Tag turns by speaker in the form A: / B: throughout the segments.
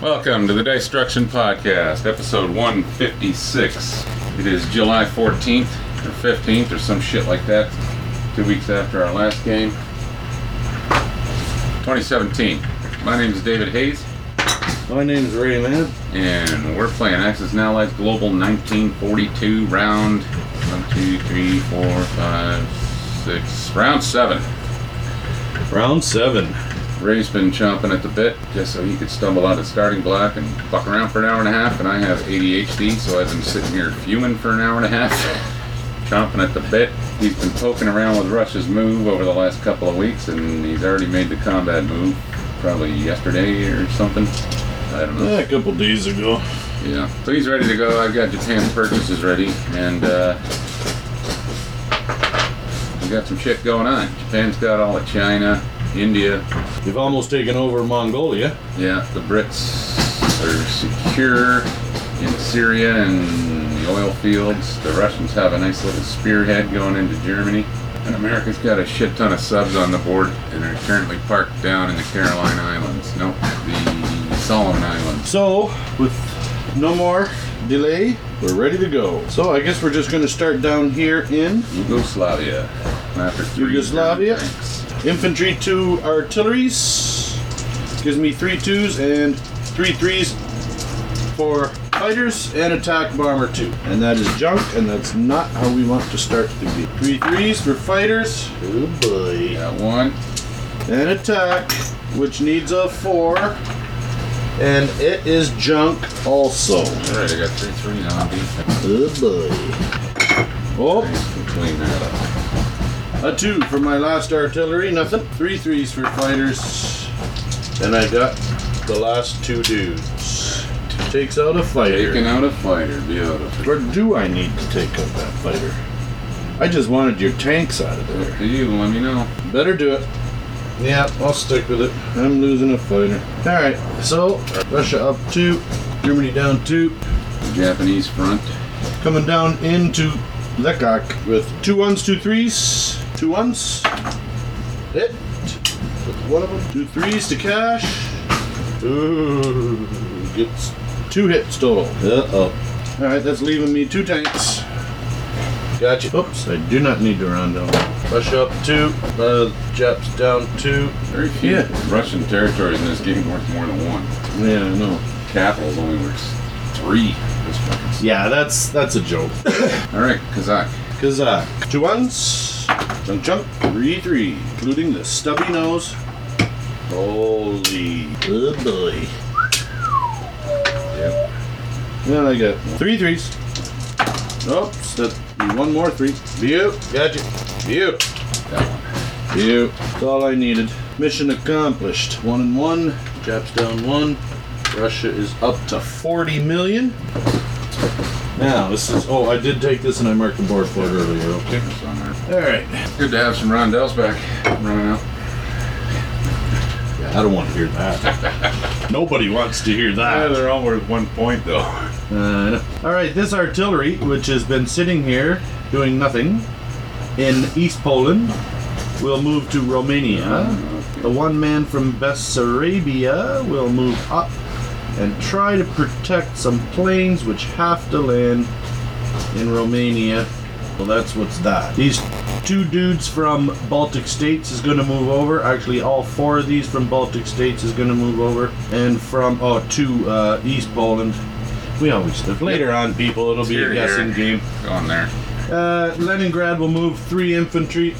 A: Welcome to the Destruction Podcast, episode 156. It is July 14th or 15th or some shit like that, two weeks after our last game. 2017. My name is David Hayes,
B: My name's Ray Mab.
A: and we're playing Axis and Allies Global 1942 round one, two, three, four, five, six, round 7.
B: Round seven.
A: Ray's been chomping at the bit just so he could stumble out of the starting block and fuck around for an hour and a half. And I have ADHD, so I've been sitting here fuming for an hour and a half, chomping at the bit. He's been poking around with Rush's move over the last couple of weeks, and he's already made the combat move, probably yesterday or something. I don't know.
B: Eh, a couple days ago.
A: Yeah. So he's ready to go. I've got Japan's purchases ready, and uh, we got some shit going on. Japan's got all of China, India,
B: You've almost taken over Mongolia.
A: Yeah, the Brits are secure in Syria and the oil fields. The Russians have a nice little spearhead going into Germany. And America's got a shit ton of subs on the board and are currently parked down in the Caroline Islands. Nope, the Solomon Islands.
B: So, with no more delay, we're ready to go. So, I guess we're just going to start down here in
A: Yugoslavia. After three
B: Yugoslavia.
A: German tanks.
B: infantry two artilleries. Gives me three twos and three threes for fighters and attack bomber two. And that is junk, and that's not how we want to start the game. Three threes for fighters. Oh boy.
A: Got one.
B: an attack, which needs a four, and it is junk also.
A: All right, I got three three on defense.
B: Oh boy. Oh,
A: Clean that up.
B: a two for my last artillery, nothing. Three threes for fighters, and I got the last two dudes. Takes out a
A: Taking
B: fighter.
A: out a fighter, beautiful.
B: Or do I need to take out that fighter? I just wanted your tanks out of there.
A: Up to you, let me know.
B: Better do it. Yeah, I'll stick with it. I'm losing a fighter. All right, so Russia up two, Germany down two,
A: The Japanese front.
B: coming down into Lekak with two ones, two threes, two ones. Hit with one of them. Two threes to cash. Ooh, gets two hits total. Uh oh. All right, that's leaving me two tanks. Gotcha. Oops, I do not need to round down. Russia up two, uh, Japs down two.
A: Very few
B: Yeah.
A: Russian territories in this game worth more than one.
B: Yeah, I know.
A: Capital's only worth three. This fucking-
B: Yeah, that's that's a joke.
A: All right, Kazakh.
B: Cause uh, two ones, jump jump, three three, including the stubby nose. Holy good boy!
A: Yep.
B: Then I got three threes. Oops, that's one more three. View, gotcha. View,
A: That one.
B: view. That's all I needed. Mission accomplished. One and one. Japs down one. Russia is up to 40 million. Now this is. Oh, I did take this and I marked the board for it earlier. Okay.
A: That's on there.
B: All right.
A: Good to have some rondels back. Running out.
B: I don't want to hear that. Nobody wants to hear that.
A: all worth one point though.
B: Uh, all right, this artillery, which has been sitting here doing nothing in East Poland, will move to Romania. The one man from Bessarabia will move up and try to protect some planes which have to land in Romania. Well, that's what's that. These two dudes from Baltic States is going to move over. Actually, all four of these from Baltic States is going to move over, and from oh to uh, East Poland. We always do. Later on, people, it'll be
A: Here,
B: a guessing game.
A: Go on there.
B: Uh, Leningrad will move three infantry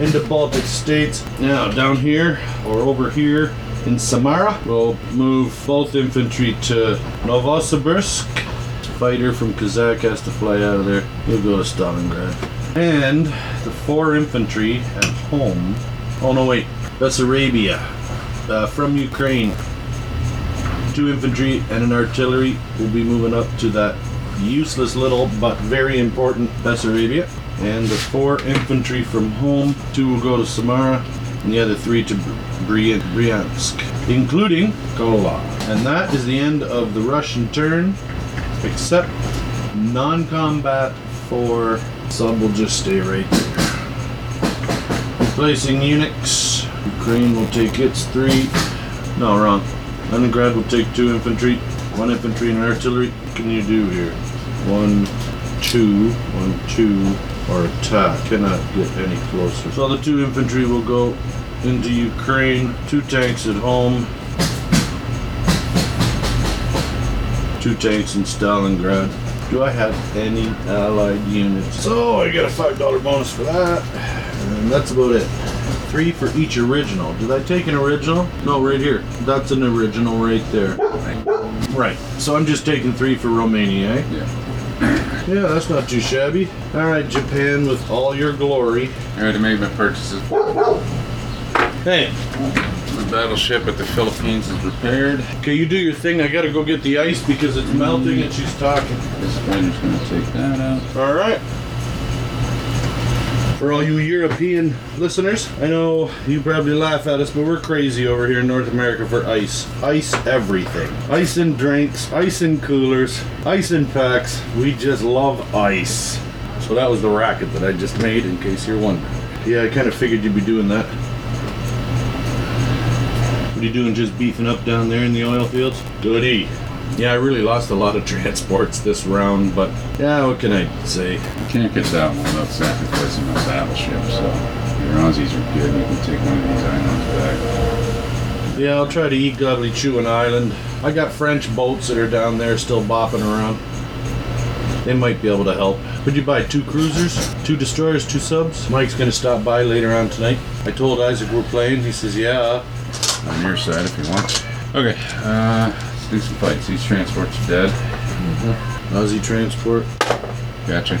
B: into Baltic states. Now, down here or over here in Samara, we'll move both infantry to Novosibirsk. Fighter from Kazakh has to fly out of there. He'll go to Stalingrad. And the four infantry at home. Oh, no, wait. That's Arabia. Uh, from Ukraine two infantry and an artillery will be moving up to that useless little but very important Bessarabia. And the four infantry from home, two will go to Samara, and the other three to Bri- Bryansk, including Kola. And that is the end of the Russian turn, except non combat for sub will just stay right there. Replacing Unix. Ukraine will take its three. No, wrong. Leningrad will take two infantry, one infantry and artillery. What can you do here? One, two, one, two, or attack. Cannot get any closer. So the two infantry will go into Ukraine. Two tanks at home. Two tanks in Stalingrad. Do I have any allied units? So I got a five dollar bonus for that. And that's about it. Three for each original. Did I take an original? No, right here. That's an original right there. Right. So I'm just taking three for Romania, eh?
A: Yeah.
B: Yeah, that's not too shabby. Alright, Japan, with all your glory.
A: I already made my purchases.
B: Hey,
A: The battleship at the Philippines is repaired.
B: okay, you do your thing. I gotta go get the ice because it's melting and she's talking.
A: This wind's gonna take that out.
B: All right. For all you European listeners, I know you probably laugh at us, but we're crazy over here in North America for ice. Ice everything. Ice in drinks, ice in coolers, ice in packs. We just love ice. So that was the racket that I just made, in case you're wondering. Yeah, I kind of figured you'd be doing that. What are you doing, just beefing up down there in the oil fields? Goody. Yeah, I really lost a lot of transports this round, but yeah, what can I say?
A: You can't get that one without sacrificing my battleship, so your Aussies are good. You can take one of these islands back.
B: Yeah, I'll try to eat Godly Chew an island. I got French boats that are down there still bopping around. They might be able to help. Could you buy two cruisers, two destroyers, two subs? Mike's gonna stop by later on tonight. I told Isaac we're playing. He says, "Yeah."
A: On your side if you want. Okay, uh, let's do some fights. These transports are dead.
B: Aussie transport.
A: Gotcha.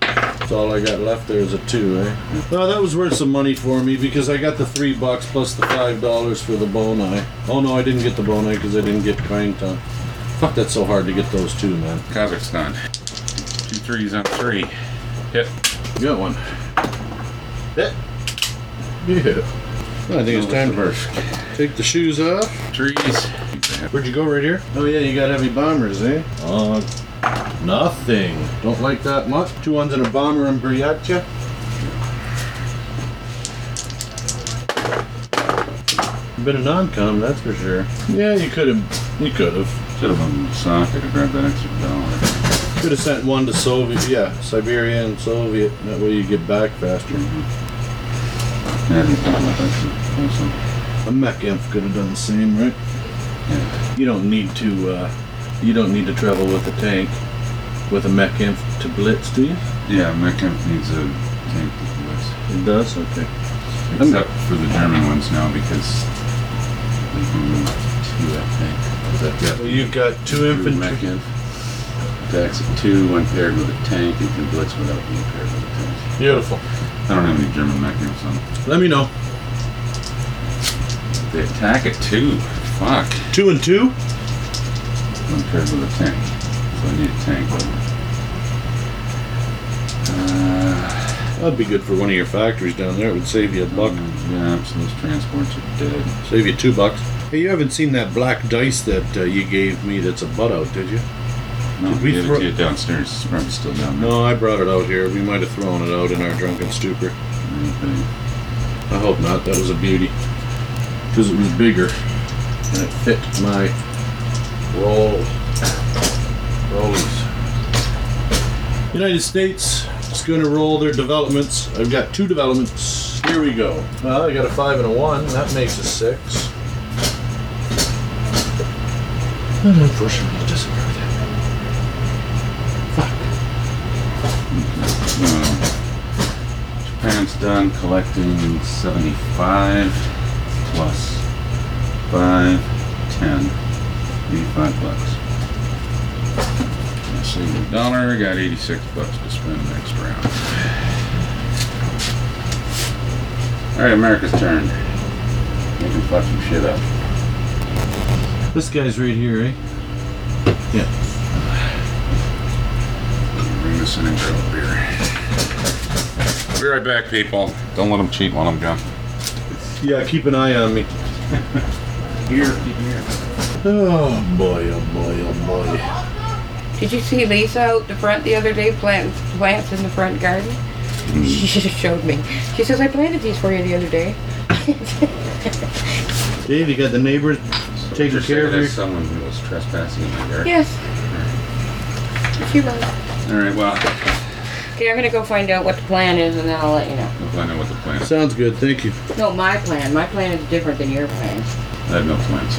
B: That's all I got left there is a two, eh? Well, that was worth some money for me because I got the three bucks plus the five dollars for the bone eye. Oh no, I didn't get the bone eye because I didn't get Krangton. Fuck, that's so hard to get those two, man.
A: Kazakhstan. Two threes on three. Hit.
B: You got one. Yeah. Yeah. I think it's time to take the shoes off.
A: Trees.
B: Where'd you go right here? Oh yeah, you got heavy bombers, eh? Uh, nothing. Don't like that much. Two ones and a bomber in Briacha. Been a non-com, that's for sure. Yeah, you could have. You could have.
A: Should have been socket to grab that extra dollar.
B: Could have sent one to Soviet. Yeah, Siberia and Soviet. That way you get back faster.
A: Yeah, I didn't think about that.
B: A mech imp could have done the same, right? You don't need to. Uh, you don't need to travel with a tank with a mech imp to blitz, do you?
A: Yeah, Meckham needs a tank to do this.
B: It does. Okay.
A: Except for the German ones now because they can move two, I think. Is that
B: Well, you've got two infantry.
A: Attacks of two when paired with a tank and can blitz without being paired with a tank.
B: Beautiful.
A: I don't have any German mechanics on. it.
B: Let me know.
A: They attack at two. Fuck.
B: Two and two.
A: When paired with a tank. So I need a tank. Uh,
B: That'd be good for one of your factories down there. It would save you a buck.
A: yeah, so those transports are dead.
B: Save you two bucks. Hey, you haven't seen that black dice that uh, you gave me? That's a butt out, did you?
A: No,
B: Did we
A: we gave
B: throw-
A: it to you downstairs. It's probably still down there.
B: No, I brought it out here. We might have thrown it out in our drunken stupor.
A: Okay.
B: I hope not. That was a beauty. Because it was bigger. And it fit my roll. Rollies. United States is going to roll their developments. I've got two developments. Here we go. Well, I got a five and a one. That makes a six. And unfortunately, it doesn't work that.
A: Uh, Hmm. Japan's done collecting 75 plus 5, 10, 85 bucks. I saved a dollar, got 86 bucks to spend next round. Alright, America's turn. They can fuck some shit up.
B: This guy's right here, eh? Yeah.
A: Bring this in and grab a beer. Be right back, people. Don't let them cheat while I'm gone.
B: Yeah, keep an eye on me.
A: Here, here.
B: Oh boy, oh boy, oh boy.
C: Did you see Lisa out the front the other day planting plants in the front garden? She just showed me. She says, I planted these for you the other day.
B: Dave, you got the neighbors taking care of
A: As
B: your.
A: someone who was trespassing in my yard.
C: Yes. She was.
A: All right. Well,
C: Okay, I'm gonna go find out what the plan is and then I'll let you know.
A: I'll find out what the plan is.
B: Sounds good. Thank you.
C: No, my plan. My plan is different than your plan.
A: I have no plans.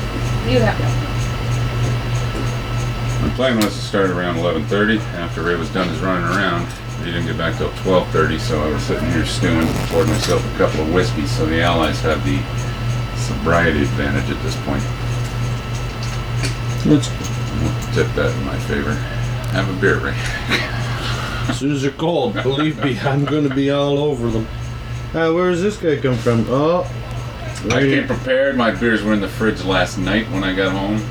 C: You have no.
A: My plan was to start around 11:30. After Ray was done his running around, he didn't get back till 12:30, so I was sitting here stewing, poured myself a couple of whiskeys. So the Allies have the sobriety advantage at this point.
B: Let's,
A: I'll tip that in my favor. Have a beer, Ray.
B: as soon as they're cold, believe me, I'm going to be all over them. Uh, where does this guy come from? Oh,
A: I
B: right
A: came
B: here.
A: prepared. My beers were in the fridge last night when I got home.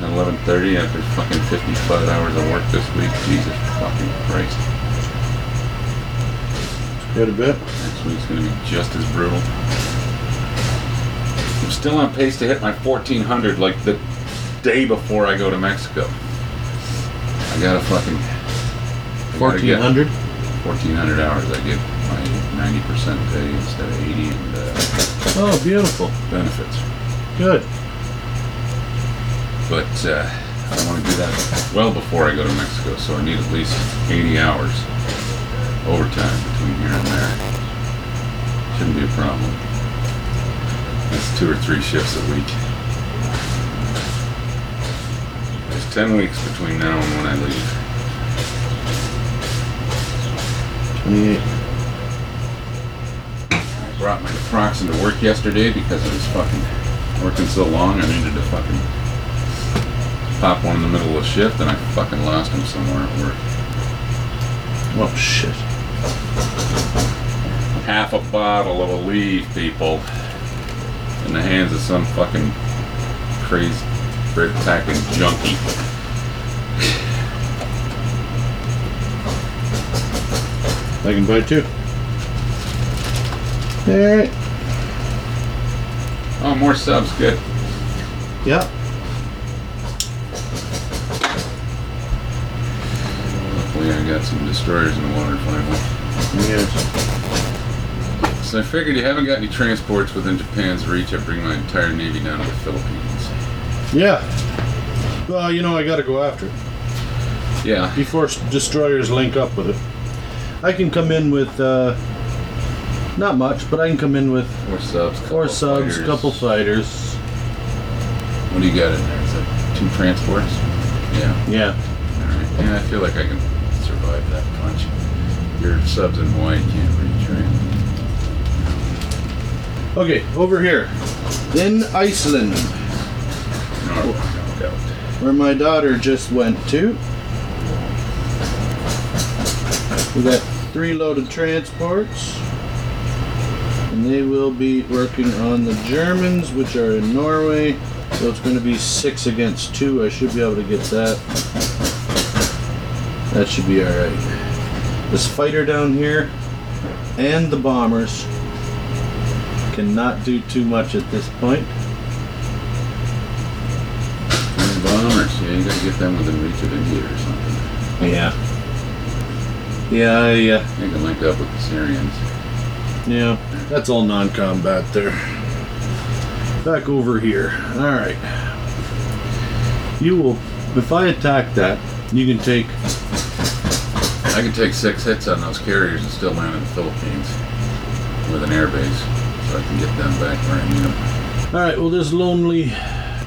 A: At 11:30 after fucking 55 hours of work this week. Jesus fucking Christ.
B: Got a bit.
A: Next week's gonna be just as brutal. I'm still on pace to hit my 1400 like the day before I go to Mexico. I gotta fucking. I gotta get
B: 1400.
A: 1400 hours. I get my 90% pay instead of 80 and uh,
B: Oh, beautiful.
A: benefits.
B: Good.
A: But uh, I want to do that well before I go to Mexico, so I need at least 80 hours overtime between here and there. Shouldn't be a problem. That's two or three shifts a week. There's 10 weeks between now and when I leave.
B: 28.
A: I brought my naproxen to work yesterday because I was fucking working so long I needed to fucking pop one in the middle of the shift and I fucking lost him somewhere at work.
B: Oh, shit.
A: half a bottle of a leaf, people, in the hands of some fucking crazy brick packing junkie.
B: I can buy two. Alright.
A: Oh, more subs, good.
B: Yep.
A: Hopefully, I got some destroyers in the water finally.
B: Yes.
A: So I figured you haven't got any transports within Japan's reach. I bring my entire navy down to the Philippines.
B: Yeah. Well, you know, I gotta go after it
A: Yeah,
B: before s- destroyers link up with it. I can come in with, uh, not much, but I can come in with
A: four subs. couple
B: four subs,
A: fighters.
B: couple fighters.
A: What do you got in there? Is that two transports? Yeah.
B: Yeah.
A: All right. Yeah, I feel like I can survive that punch. Your subs in Hawaii can't reach, right?
B: Okay, over here. In Iceland,
A: No, no doubt.
B: where my daughter just went to. We got three loaded transports. And they will be working on the Germans, which are in Norway. So it's going to be six against two. I should be able to get that. That should be alright. This fighter down here and the bombers cannot do too much at this point.
A: And bombers, yeah, you gotta get them within reach of India or something.
B: Yeah. Yeah, uh, yeah,
A: They can link up with the Syrians.
B: yeah. That's all non-combat there. Back over here. All right. You will. If I attack that, you can take.
A: I could take six hits on those carriers and still land in the Philippines with an airbase, so I can get them back where I need them.
B: All right. Well, this lonely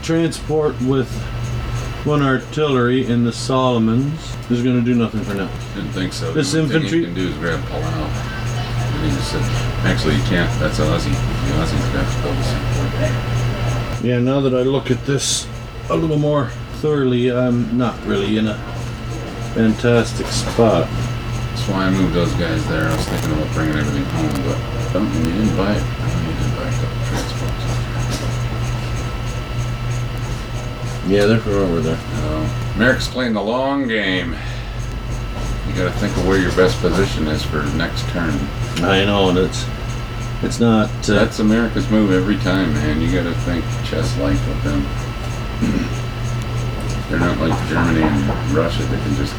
B: transport with one artillery in the Solomons is going to do nothing for now.
A: Didn't think so.
B: This
A: the only thing
B: infantry-
A: you can do is grab Palau. And he just said, actually, you can't. That's an Aussie. The Aussies got to build a seaport.
B: Yeah. Now that I look at this a little more thoroughly, I'm not really in a fantastic spot.
A: That's why I moved those guys there. I was thinking about bringing everything home, but don't, you didn't buy it. I need to buy a couple transports.
B: Yeah, they're from over there.
A: Uh, Merrick's playing the long game. You got to think of where your best position is for next turn.
B: I know, and it's it's not. Uh,
A: That's America's move every time, man. You got to think chess like with them. They're not like Germany and Russia. They can just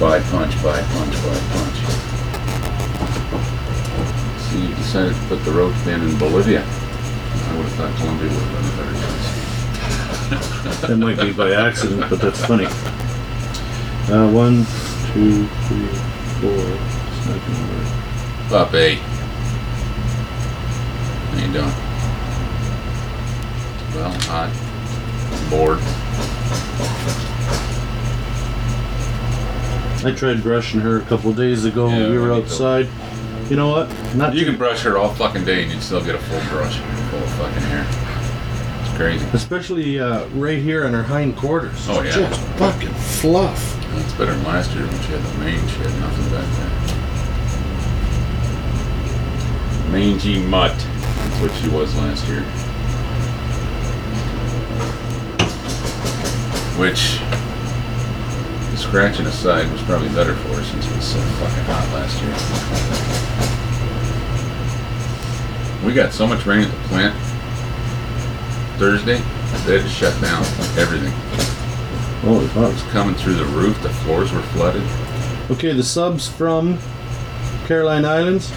A: buy punch, buy punch, buy punch. So you decided to put the ropes in in Bolivia. I would have thought Columbia would have done a better job.
B: That might be by accident, but that's funny. Uh, one, two, three, four. It's not gonna work.
A: Puppy. How you doing? Well, hot. Bored.
B: I tried brushing her a couple days ago
A: Yeah,
B: when we were
A: me too.
B: outside. You know what? Not
A: You can brush her all fucking day and you'd still get a full brush full of fucking hair. It's crazy.
B: especially uh, right here on her hindquarters.
A: Oh, yeah.
B: Just fucking fluff.
A: That's better than last year when she had the mane. She had nothing back then. Mangy mutt. That's what she was last year. Which, the scratching aside, was probably better for her since it was so fucking hot last year. We got so much rain at the plant Thursday, they had to shut down everything.
B: Holy fuck.
A: It was coming through the roof, the floors were flooded.
B: Okay, the subs from Caroline Islands.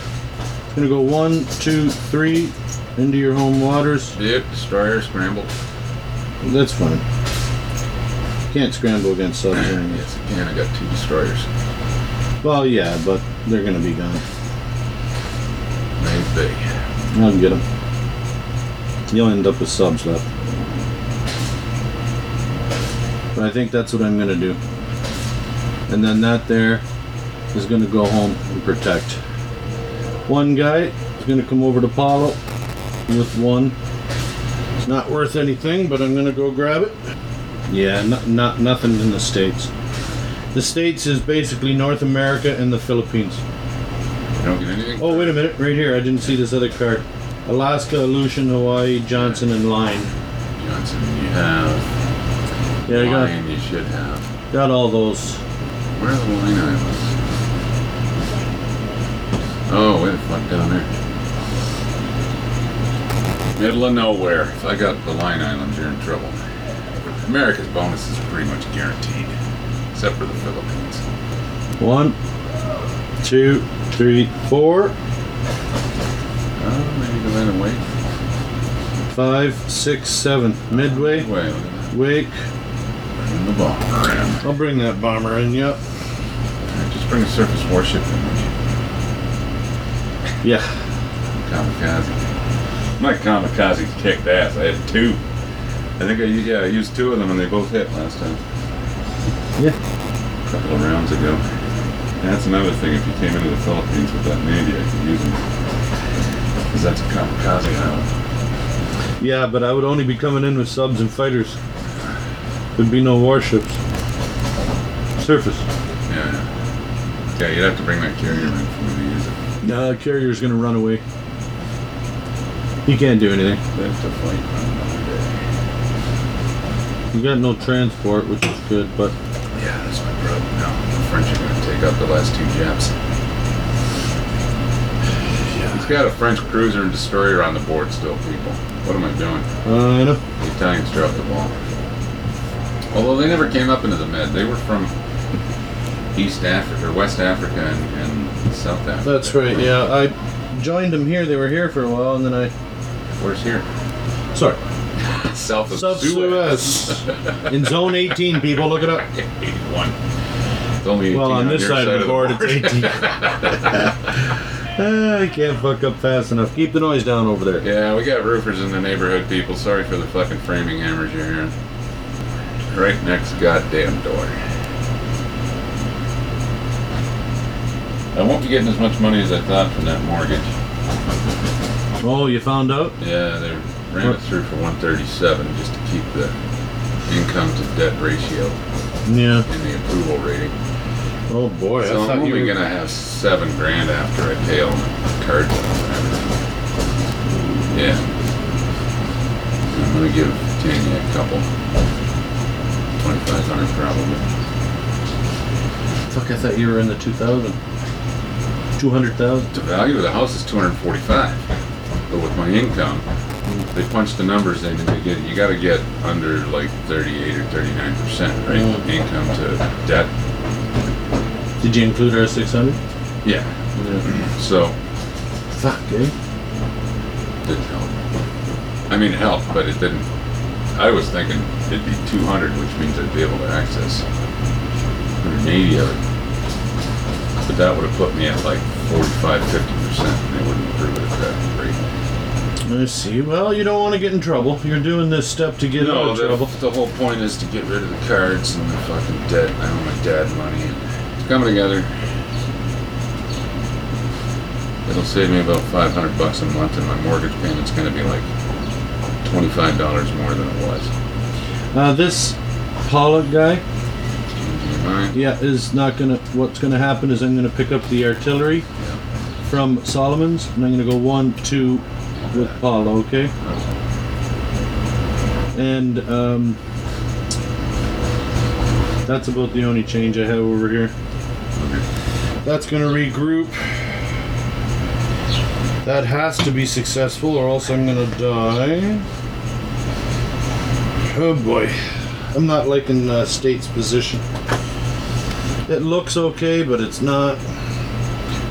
B: Gonna go one, two, three, into your home waters.
A: Yep, destroyer scrambled.
B: That's fine. Can't scramble against subs or anything.
A: Yes, again, I got two destroyers.
B: Well, yeah, but they're gonna be gone.
A: Made big.
B: I'll get them. You'll end up with subs left. But I think that's what I'm gonna do. And then that there is gonna go home and protect. One guy is gonna come over to Paulo with one. It's not worth anything, but I'm gonna go grab it. Yeah, not, not nothing in the states. The states is basically North America and the Philippines.
A: You don't get anything?
B: Oh, wait a minute. Right here. I didn't see this other card. Alaska, Aleutian, Hawaii, Johnson, and Line.
A: Johnson, you have.
B: Yeah, I
A: Lion, you should have.
B: got, got all those.
A: Where are the line items? Oh, wait the fuck down there. Middle of nowhere. If I got the line islands, you're in trouble. America's bonus is pretty much guaranteed, except for the Philippines.
B: One, two, three, four,
A: Oh, maybe go in and wait.
B: five, six, seven. Midway,
A: Wait, look at that.
B: Wake.
A: In the bomber in.
B: I'll bring that bomber in. Yep.
A: Just bring a surface warship in with you.
B: Yeah.
A: Kamikaze. My kamikaze kicked ass. I had two. I think I u- yeah I used two of them and they both hit last time.
B: Yeah.
A: A couple of rounds ago. And that's another thing. If you came into the Philippines with that Navy, I could use them. Cause that's a kamikaze island.
B: Yeah, but I would only be coming in with subs and fighters. There'd be no warships. Surface.
A: Yeah. yeah. Yeah, you'd have to bring that carrier in for me to use it.
B: No, the carrier's gonna run away. He can't do anything.
A: They have to fight another day.
B: You got no transport, which is good, but
A: Yeah, that's my problem now. The French are going to take out the last two Japs. He's got a French cruiser and destroyer on the board still, people. What am I doing?
B: uh, I know.
A: The Italians dropped the ball. Although they never came up into the Med, they were from East Africa, or West Africa, and, and South Africa.
B: That's right. Yeah, I joined them here. They were here for a while, and then I
A: Where's here?
B: sorry,
A: South of
B: South
A: Suez.
B: Suez in Zone 18. People, look it up.
A: 81. It's only 18
B: Well, on this
A: your
B: side of the board, it's 18. Ah, I can't fuck up fast enough. Keep the noise down over there.
A: Yeah, we got roofers in the neighborhood, people. Sorry for the fucking framing hammers you're hearing. Right next goddamn door. I won't be getting as much money as I thought from that mortgage.
B: Oh, you found out?
A: Yeah, they ran it through for 137 just to keep the income to debt ratio
B: Yeah.
A: and the approval rating.
B: Oh boy,
A: So
B: I
A: I'm
B: thought you
A: only
B: were
A: gonna have seven grand after I pay all my card bills and everything. Yeah. I'm gonna give Tanya a couple. Twenty-five hundred probably.
B: fuck. I thought you were in the 2,000, 200,000.
A: The value of the house is two hundred and forty-five, but with my income, they punch the numbers in and they get, you gotta get under like thirty-eight or thirty-nine percent, right?
B: Mm.
A: Income to debt.
B: Did you include our 600?
A: Yeah.
B: Yeah.
A: So,
B: Fuck, eh?
A: didn't help. I mean, it helped, but it didn't. I was thinking it'd be 200, which means I'd be able to access 180 of it. But that would have put me at like 45, 50%, and they wouldn't approve it at that rate.
B: I see. Well, you don't want to get in trouble. You're doing this step to get out
A: no,
B: of
A: the,
B: trouble.
A: the whole point is to get rid of the cards and the fucking debt. I owe my dad money. It's coming together. It'll save me about 500 bucks a month, and my mortgage payment's going to be like $25 more than it was.
B: Uh, this Pollock guy,
A: Alright.
B: yeah, is not gonna. What's gonna happen is I'm gonna pick up the artillery from Solomon's, and I'm gonna go one, two, with Paulo. Okay. And um, that's about the only change I have over here. That's gonna regroup. That has to be successful, or else I'm gonna die. Oh boy, I'm not liking uh, state's position. It looks okay, but it's not.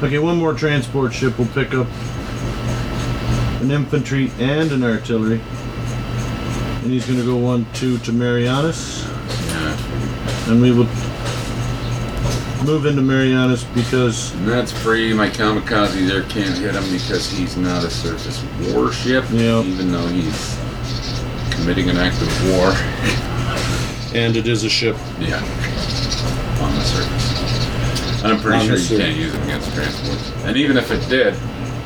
B: Okay, one more transport ship will pick up an infantry and an artillery. And he's gonna go one, two to Marianas.
A: Yeah.
B: And we will move into Marianas because
A: And that's free. My kamikaze there can't hit him because he's not a surface warship,
B: Yeah.
A: even though he's committing an act of war.
B: And it is a ship.
A: Yeah. On the surface. And I'm pretty
B: On
A: sure
B: the
A: you can't use it against transports. And even if it did,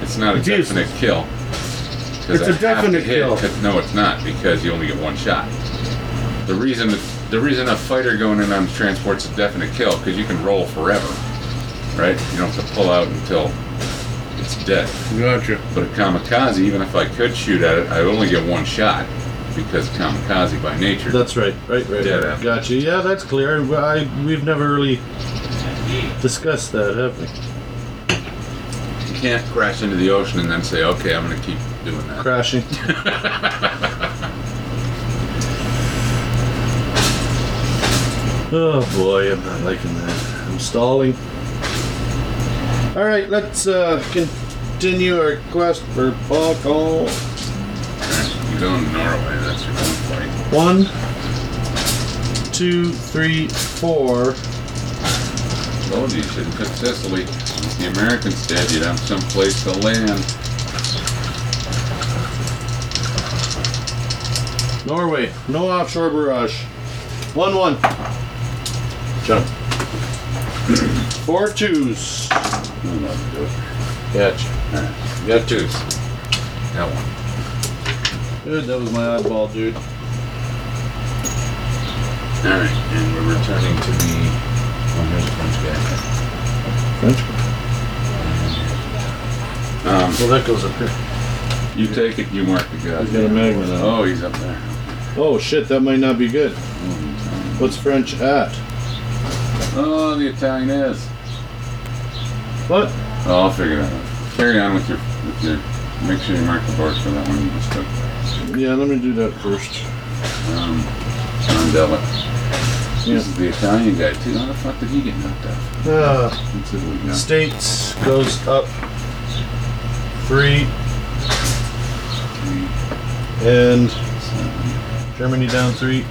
A: it's not a
B: It's
A: definite
B: useless.
A: kill. 'Cause
B: It's
A: I
B: a
A: have to
B: definite
A: hit-
B: kill.
A: No, it's not because you only get one shot. The reason the reason a fighter going in on transport's a definite kill because you can roll forever, right? You don't have to pull out until it's dead.
B: Gotcha.
A: But a kamikaze, even if I could shoot at it, I only get one shot because kamikaze by nature.
B: That's right, right, right.
A: Yeah,
B: right.
A: yeah.
B: Gotcha. Yeah, that's clear. I, we've never really discussed that, have we?
A: You can't crash into the ocean and then say, okay, I'm going to keep doing that.
B: Crashing. oh boy, I'm not liking that. I'm stalling. All right, let's uh, continue our quest for Buckle.
A: You go in Norway, that's your own fight.
B: One, two, three, four.
A: Told you, you shouldn't pick Sicily. If the Americans did, you'd have someplace to land.
B: Norway, no offshore barrage. One one. Jump. Four twos.
A: No, no, you do it.
B: Catch.
A: Alright, You got twos. Got one.
B: Dude, that was my oddball, dude.
A: Alright, and we're returning to the. Oh, here's a French
B: French.
A: guy. Um,
B: Well, that goes up here.
A: you take it, you mark the guy.
B: He's got a magnet on.
A: Oh, he's up there.
B: Oh shit, that might not be good. What's French at?
A: Oh, the Italian is.
B: What?
A: Oh, I'll figure that out. Carry on with your, with your. Make sure you mark the board for that one you just took.
B: Yeah, let me do that first.
A: Um, John Della.
B: Yeah.
A: This is the Italian guy too. How the fuck did he get knocked out?
B: Uh,
A: Let's see what we got.
B: States goes up three
A: Three,
B: and
A: seven,
B: Germany down three.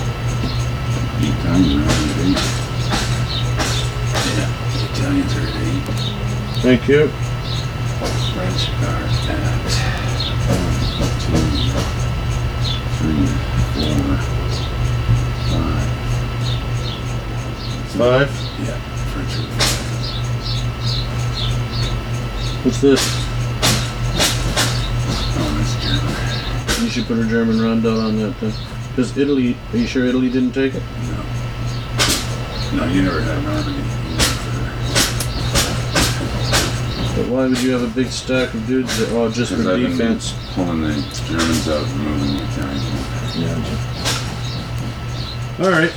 A: eight times around at eight. Yeah, the Italians are at eight.
B: Thank you.
A: French are at one, two, three, four, five.
B: Five.
A: Yeah, French are at five.
B: What's this?
A: Oh, that's German.
B: You should put a German rundown on that then. Because Italy, are you sure Italy didn't take it?
A: No, you never had an army.
B: But why would you have a big stack of dudes that oh just for
A: Because I've been
B: defense?
A: pulling the Germans out and moving the Italians. in.
B: Yeah. All right.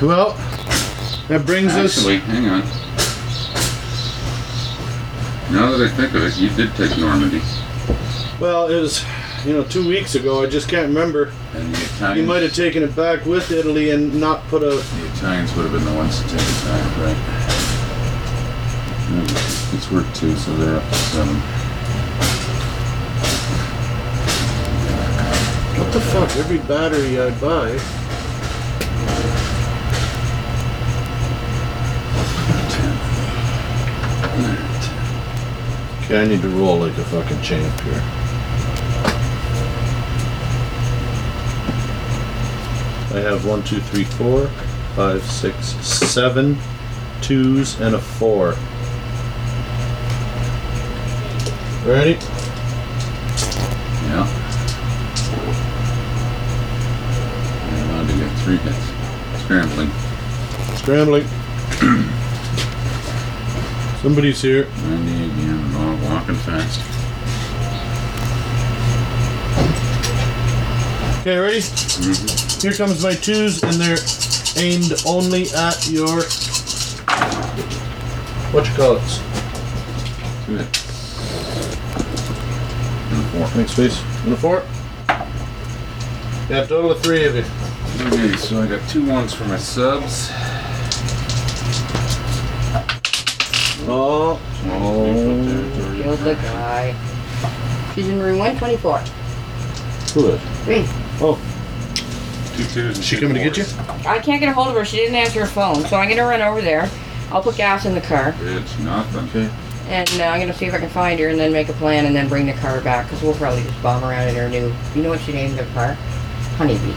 B: Well, that brings
A: Actually, hang on. Now that I think of it, you did take Normandy.
B: us. Well, it was, you know, two weeks ago. I just can't remember.
A: And the
B: You
A: Italians,
B: might have taken it back with Italy and not put a.
A: the Italians would have been the ones to take it back, right? Hmm. It's worth two, so they're up to seven.
D: What the fuck? Every battery I buy.
B: Okay, I need to roll like a fucking champ here. I have one, two, three, four, five, six, seven twos and a four. Ready?
A: Yeah. You're allowed to get three hits. Scrambling.
B: Scrambling. Somebody's here.
A: 90 again, not walking fast.
B: Okay, ready? Here comes my twos, and they're aimed only at your. What you call it?
A: Two hits. And a four.
B: Make space. And a four. Yeah, total of three of you.
A: Okay, so I got two ones for my subs.
B: Oh,
A: Neutral territory.
C: You're the guy. She's in room 124.
B: good. Oh,
C: Me.
A: Two twos and
B: She
A: two
B: coming to get you?
A: fours.
C: I can't get a hold of her. She didn't answer her phone, so I'm gonna run over there. I'll put gas in the car,
A: It's nothing. Okay.
C: and uh, I'm gonna see if I can find her, and then make a plan, and then bring the car back, cause we'll probably just bomb around in her new. You know what she named her car? Honeybee.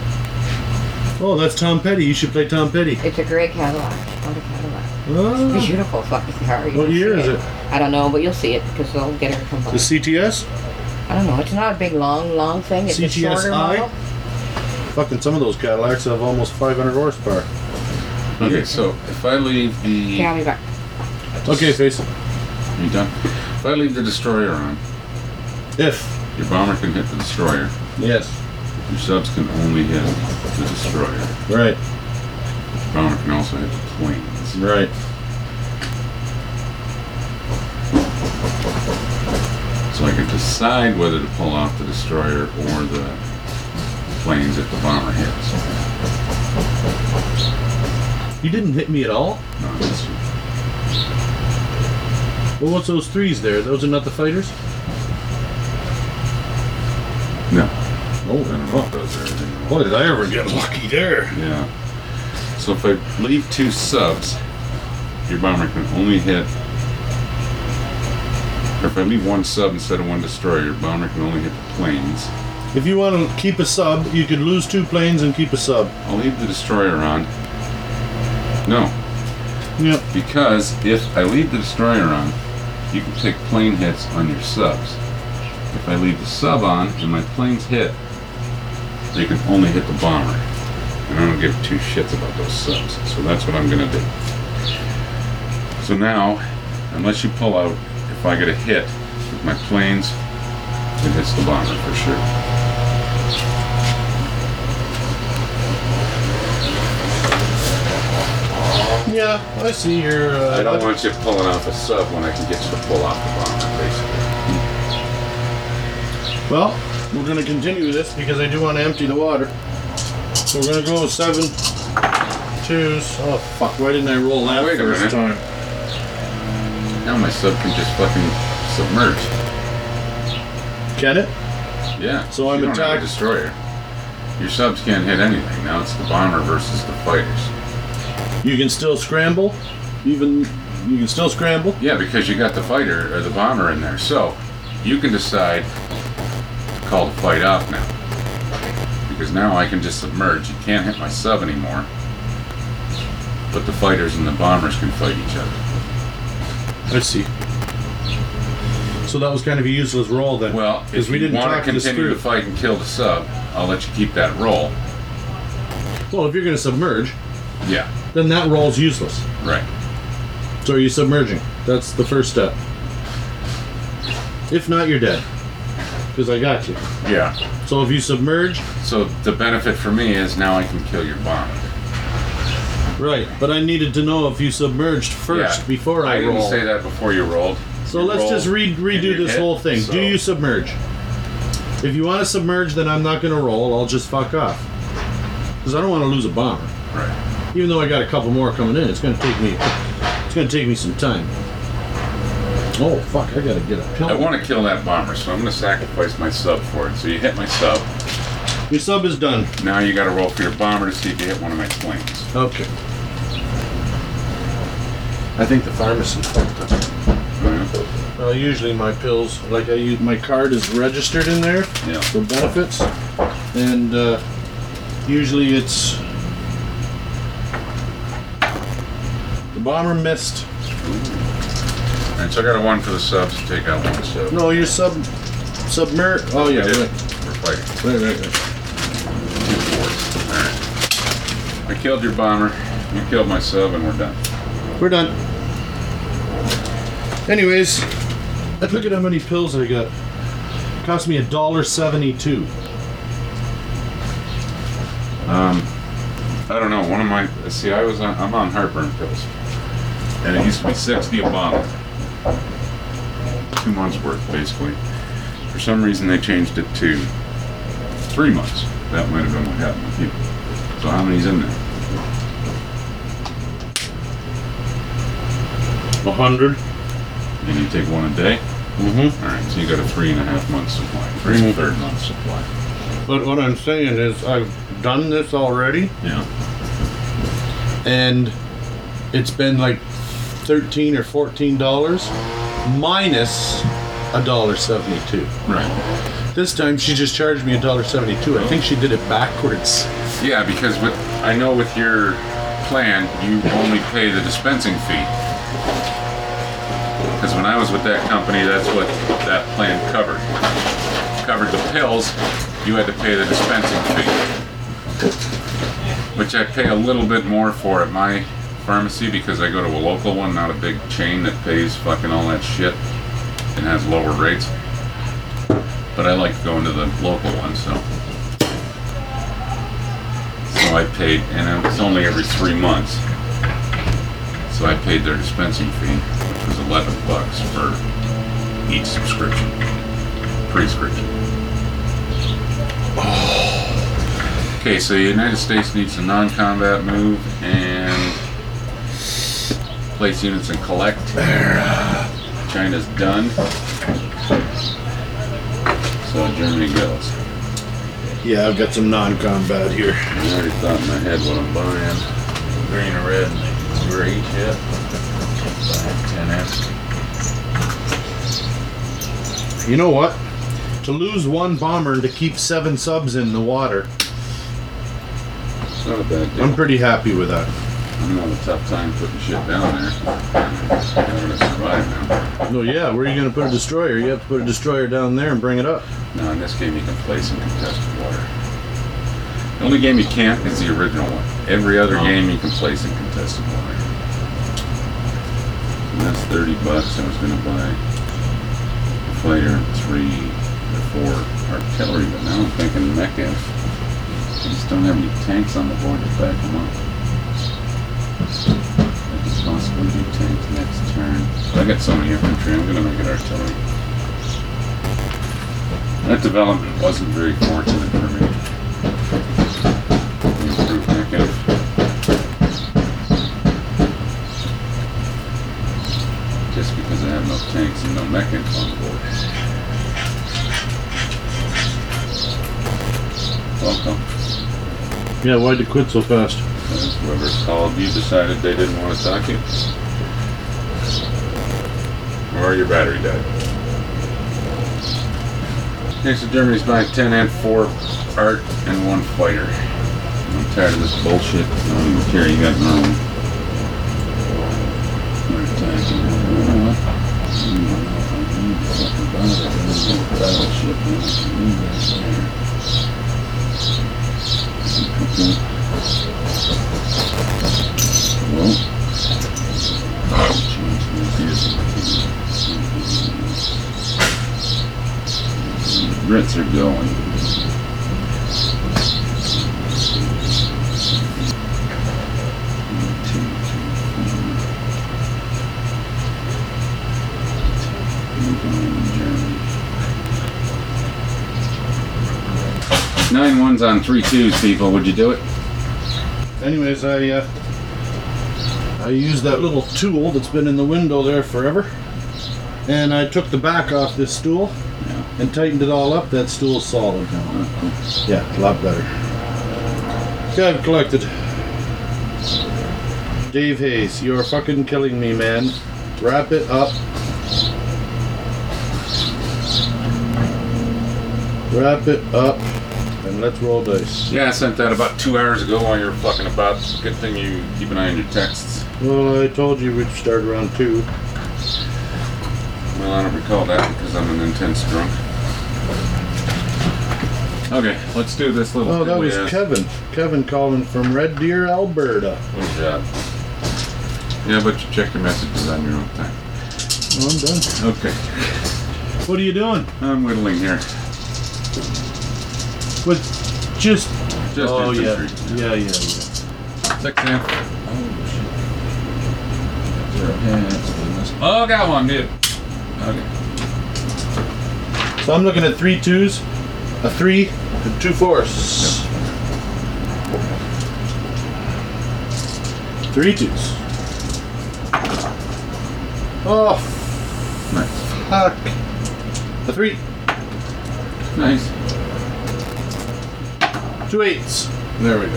B: Oh, that's Tom Petty. You should play Tom Petty.
C: It's a gray Cadillac. What a Cadillac. It's a
B: Ah.
C: beautiful fucking car.
B: What year is it?
C: I don't know, but you'll see it, cause they'll get her to come by.
B: The CTS?
C: I don't know. It's not a big, long, long thing. It's a shorter
B: CGSI?
C: model.
B: Fucking some of those Cadillacs have almost 500 horsepower.
A: Okay, so if I leave the.
C: Okay, I'll be back.
B: Okay, face.
A: You done? If I leave the destroyer on,
B: If.
A: your bomber can hit the destroyer.
B: Yes.
A: Your subs can only hit the destroyer.
B: Right.
A: Bomber can also hit the planes.
B: Right.
A: So I can decide whether to pull off the destroyer or the planes if the bomber hits.
B: You didn't hit me at all?
A: No, that's-
B: Well, what's those threes there? Those are not the fighters?
A: no. I
B: Oh,
A: don't know if those are. anything.
B: boy, did I ever get lucky there.
A: Yeah. So if I leave two subs, your bomber can only hit. Or if I leave one sub instead of one destroyer, your bomber can only hit the planes.
B: If you want to keep a sub, you could lose two planes and keep a sub.
A: I'll leave the destroyer on. No,
B: Yep.
A: because if I leave the destroyer on, you can take plane hits on your subs. If I leave the sub on and my planes hit, they can only hit the bomber. And I don't give two shits about those subs. So that's what I'm gonna do. So now, unless you pull out, if I get a hit with my planes, it hits the bomber for sure.
B: Yeah, I see your. Uh,
A: I don't want you pulling off a sub when I can get you to pull off the bomber, basically.
B: Well, we're gonna continue this because I do want to empty the water. So we're gonna go with seven twos. Oh fuck! Why didn't I roll that
A: Wait a
B: first
A: minute.
B: time?
A: Now my sub can just fucking submerge.
B: Get it?
A: Yeah.
B: So I'm
A: you don't have a
B: attacked-
A: destroyer. Your subs can't hit anything. Now it's the bomber versus the fighters.
B: You can still scramble. Even you can still scramble.
A: Yeah, because you got the fighter or the bomber in there. So you can decide to call the fight off now. Because now I can just submerge. You can't hit my sub anymore. But the fighters and the bombers can fight each other.
B: I see. So that was kind of a useless roll then.
A: Well,
B: because
A: if
B: we
A: you
B: didn't
A: want
B: talk
A: to
B: to the
A: continue
B: screw.
A: the fight and kill the sub, I'll let you keep that roll.
B: Well, if you're gonna submerge,
A: Yeah,
B: then that roll's useless.
A: right.
B: So are you submerging? That's the first step. If not, you're dead. Because I got you.
A: Yeah.
B: So if you submerge,
A: So the benefit for me is now I can kill your bomber.
B: Right, but I needed to know if you submerged first
A: Yeah.
B: before I,
A: I didn't
B: rolled.
A: say that before you rolled.
B: So
A: You
B: let's
A: rolled
B: just re-
A: and you
B: redo this
A: hit,
B: whole thing.
A: so-
B: Do you submerge? If you want to submerge, then I'm not going to roll. I'll just fuck off. Because I don't want to lose a bomber.
A: Right.
B: Even though I got a couple more coming in, it's going to take me. It's going to take me some time. Oh fuck! I gotta get a pill.
A: I want to kill that bomber, so I'm going to sacrifice my sub for it. So you hit my sub.
B: Your sub is done.
A: Now you got to roll for your bomber to see if you hit one of my planes.
B: Okay.
D: I think the pharmacy fucked up.
A: Uh,
B: Well, usually my pills, like I use, my card is registered in there
A: Yeah.
B: for benefits, and uh, usually it's the bomber missed.
A: All right, so I got a one for the subs to take out one sub.
B: No, your sub submer. Oh yeah,
A: I did.
B: right,
A: We're fighting.
B: right, right, right.
A: Two fours. All right. I killed your bomber. You killed my sub, and we're done.
B: We're done. Anyways, I look at how many pills I got. Cost me a dollar seventy-two.
A: I don't know. One of my see, I was on, I'm on heartburn pills, and it used to be sixty a bottle, two months worth basically. For some reason, they changed it to three months. That might have been what happened with you. So how many's in there?
B: A hundred.
A: And you take one a day.
B: Mm-hmm.
A: All right, so you got a three and a half month supply, three and a third month supply.
B: But what I'm saying is, I've done this already,
A: Yeah.
B: and it's been like thirteen or fourteen dollars minus a dollar seventy-two.
A: Right.
B: This time she just charged me a dollar seventy-two. I think she did it backwards.
A: Yeah, because with I know with your plan, you only pay the dispensing fee. Because when I was with that company, that's what that plan covered. Covered the pills, you had to pay the dispensing fee. Which I pay a little bit more for at my pharmacy because I go to a local one, not a big chain that pays fucking all that shit and has lower rates. But I like going to the local one, so. So I paid, and it's only every three months. So I paid their dispensing fee, which was eleven bucks for each subscription, prescription. Okay, so the United States needs a non-combat move and place units and collect. China's done. So Germany goes.
D: Yeah, I've got some non-combat here.
A: I already thought in my head what I'm buying.
E: green or red, and they were each hit.
A: Ten F's.
B: You know what? To lose one bomber to keep seven subs in the water,
A: It's not a bad deal.
B: I'm pretty happy with that.
A: I'm having a tough time putting shit down there. I'm gonna survive now.
B: No, yeah, where are you gonna put a destroyer? You have to put a destroyer down there and bring it up.
A: No, in this game you can play some contested water. The only game you can't is the original one. Every other game you can play some contested water. And that's thirty bucks. I was gonna buy a fighter three or four artillery, but now I'm thinking mecha. I just don't have any tanks on the board to back them up. I could possibly do tanks next turn. But I got so many infantry, I'm gonna make it artillery. That development wasn't very fortunate for me. Improved mecha. Just because I have no tanks and no mechanics on board. Welcome.
B: Yeah, why'd you quit so fast?
A: As Whoever called you decided they didn't want to talk to you. Or your battery died. Next to Germany's buying 10 and 4 art and one fighter. I'm tired of this bullshit. I don't even care. You got normal. They're attacking. Battleship. Okay. Well, Grits are going. Nine ones on three twos, people. Would you do it?
B: Anyways, I uh, I used that little tool that's been in the window there forever, and I took the back off this stool and tightened it all up. That stool's solid now.
D: Yeah, a lot better.
B: Okay, I've collected. Dave Hayes, you're fucking killing me, man. Wrap it up. Wrap it up. And let's roll dice.
A: Yeah, I sent that about two hours ago while you were fucking about. Good thing you keep an eye on your texts.
B: Well, I told you we'd start around two.
A: Well, I don't recall that because I'm an intense drunk. Okay, let's do this little.
B: Oh, that was
A: fiddly-ass
B: Kevin. Kevin calling from Red Deer, Alberta.
A: little job. Yeah, but you check your messages on your own time.
B: Well, I'm done.
A: Okay,
B: What are you doing?
A: I'm whittling here.
B: What? Just.
A: Just
B: oh, yeah.
A: infantry.
B: yeah. Yeah, yeah,
A: Six amp. Oh, got one, dude. Okay.
B: So I'm looking at three twos, a three, and two fours. Three twos. Oh,
A: Nice.
B: fuck. A three,
A: Nice.
B: two eights.
D: There we go.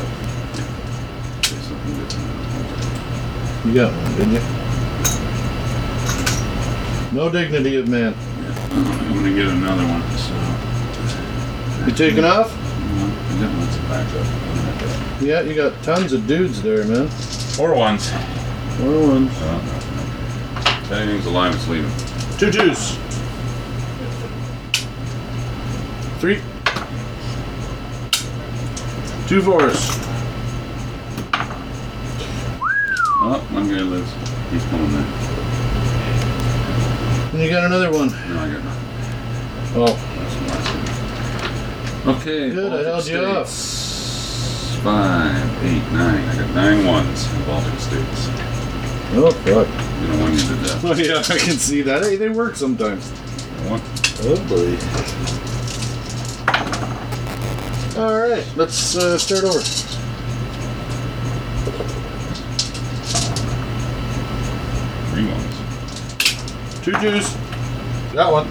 B: You got one, didn't you? No dignity of man.
A: I'm gonna get another one, so.
B: You taking
D: Mm.
B: off?
A: I got lots of backup.
B: Yeah, you got tons of dudes there, man.
A: Four ones.
B: One one.
A: If anything's alive, it's leaving.
B: Two twos. Three. Two fours.
A: Oh, one guy lives. He's pulling that.
B: And you got another one.
A: No, I got nothing.
B: Oh.
A: That's the last one. Okay.
B: Good, I
A: Baltic
B: held you up.
A: States. Five, eight, nine. I got nine ones in Baltic States.
B: Oh, fuck.
A: You know, one you did that.
B: Oh, yeah, I can see that. Hey, they work sometimes.
A: One.
D: Oh, boy.
B: All right, let's uh, start over.
A: Three ones.
B: Two twos. That one.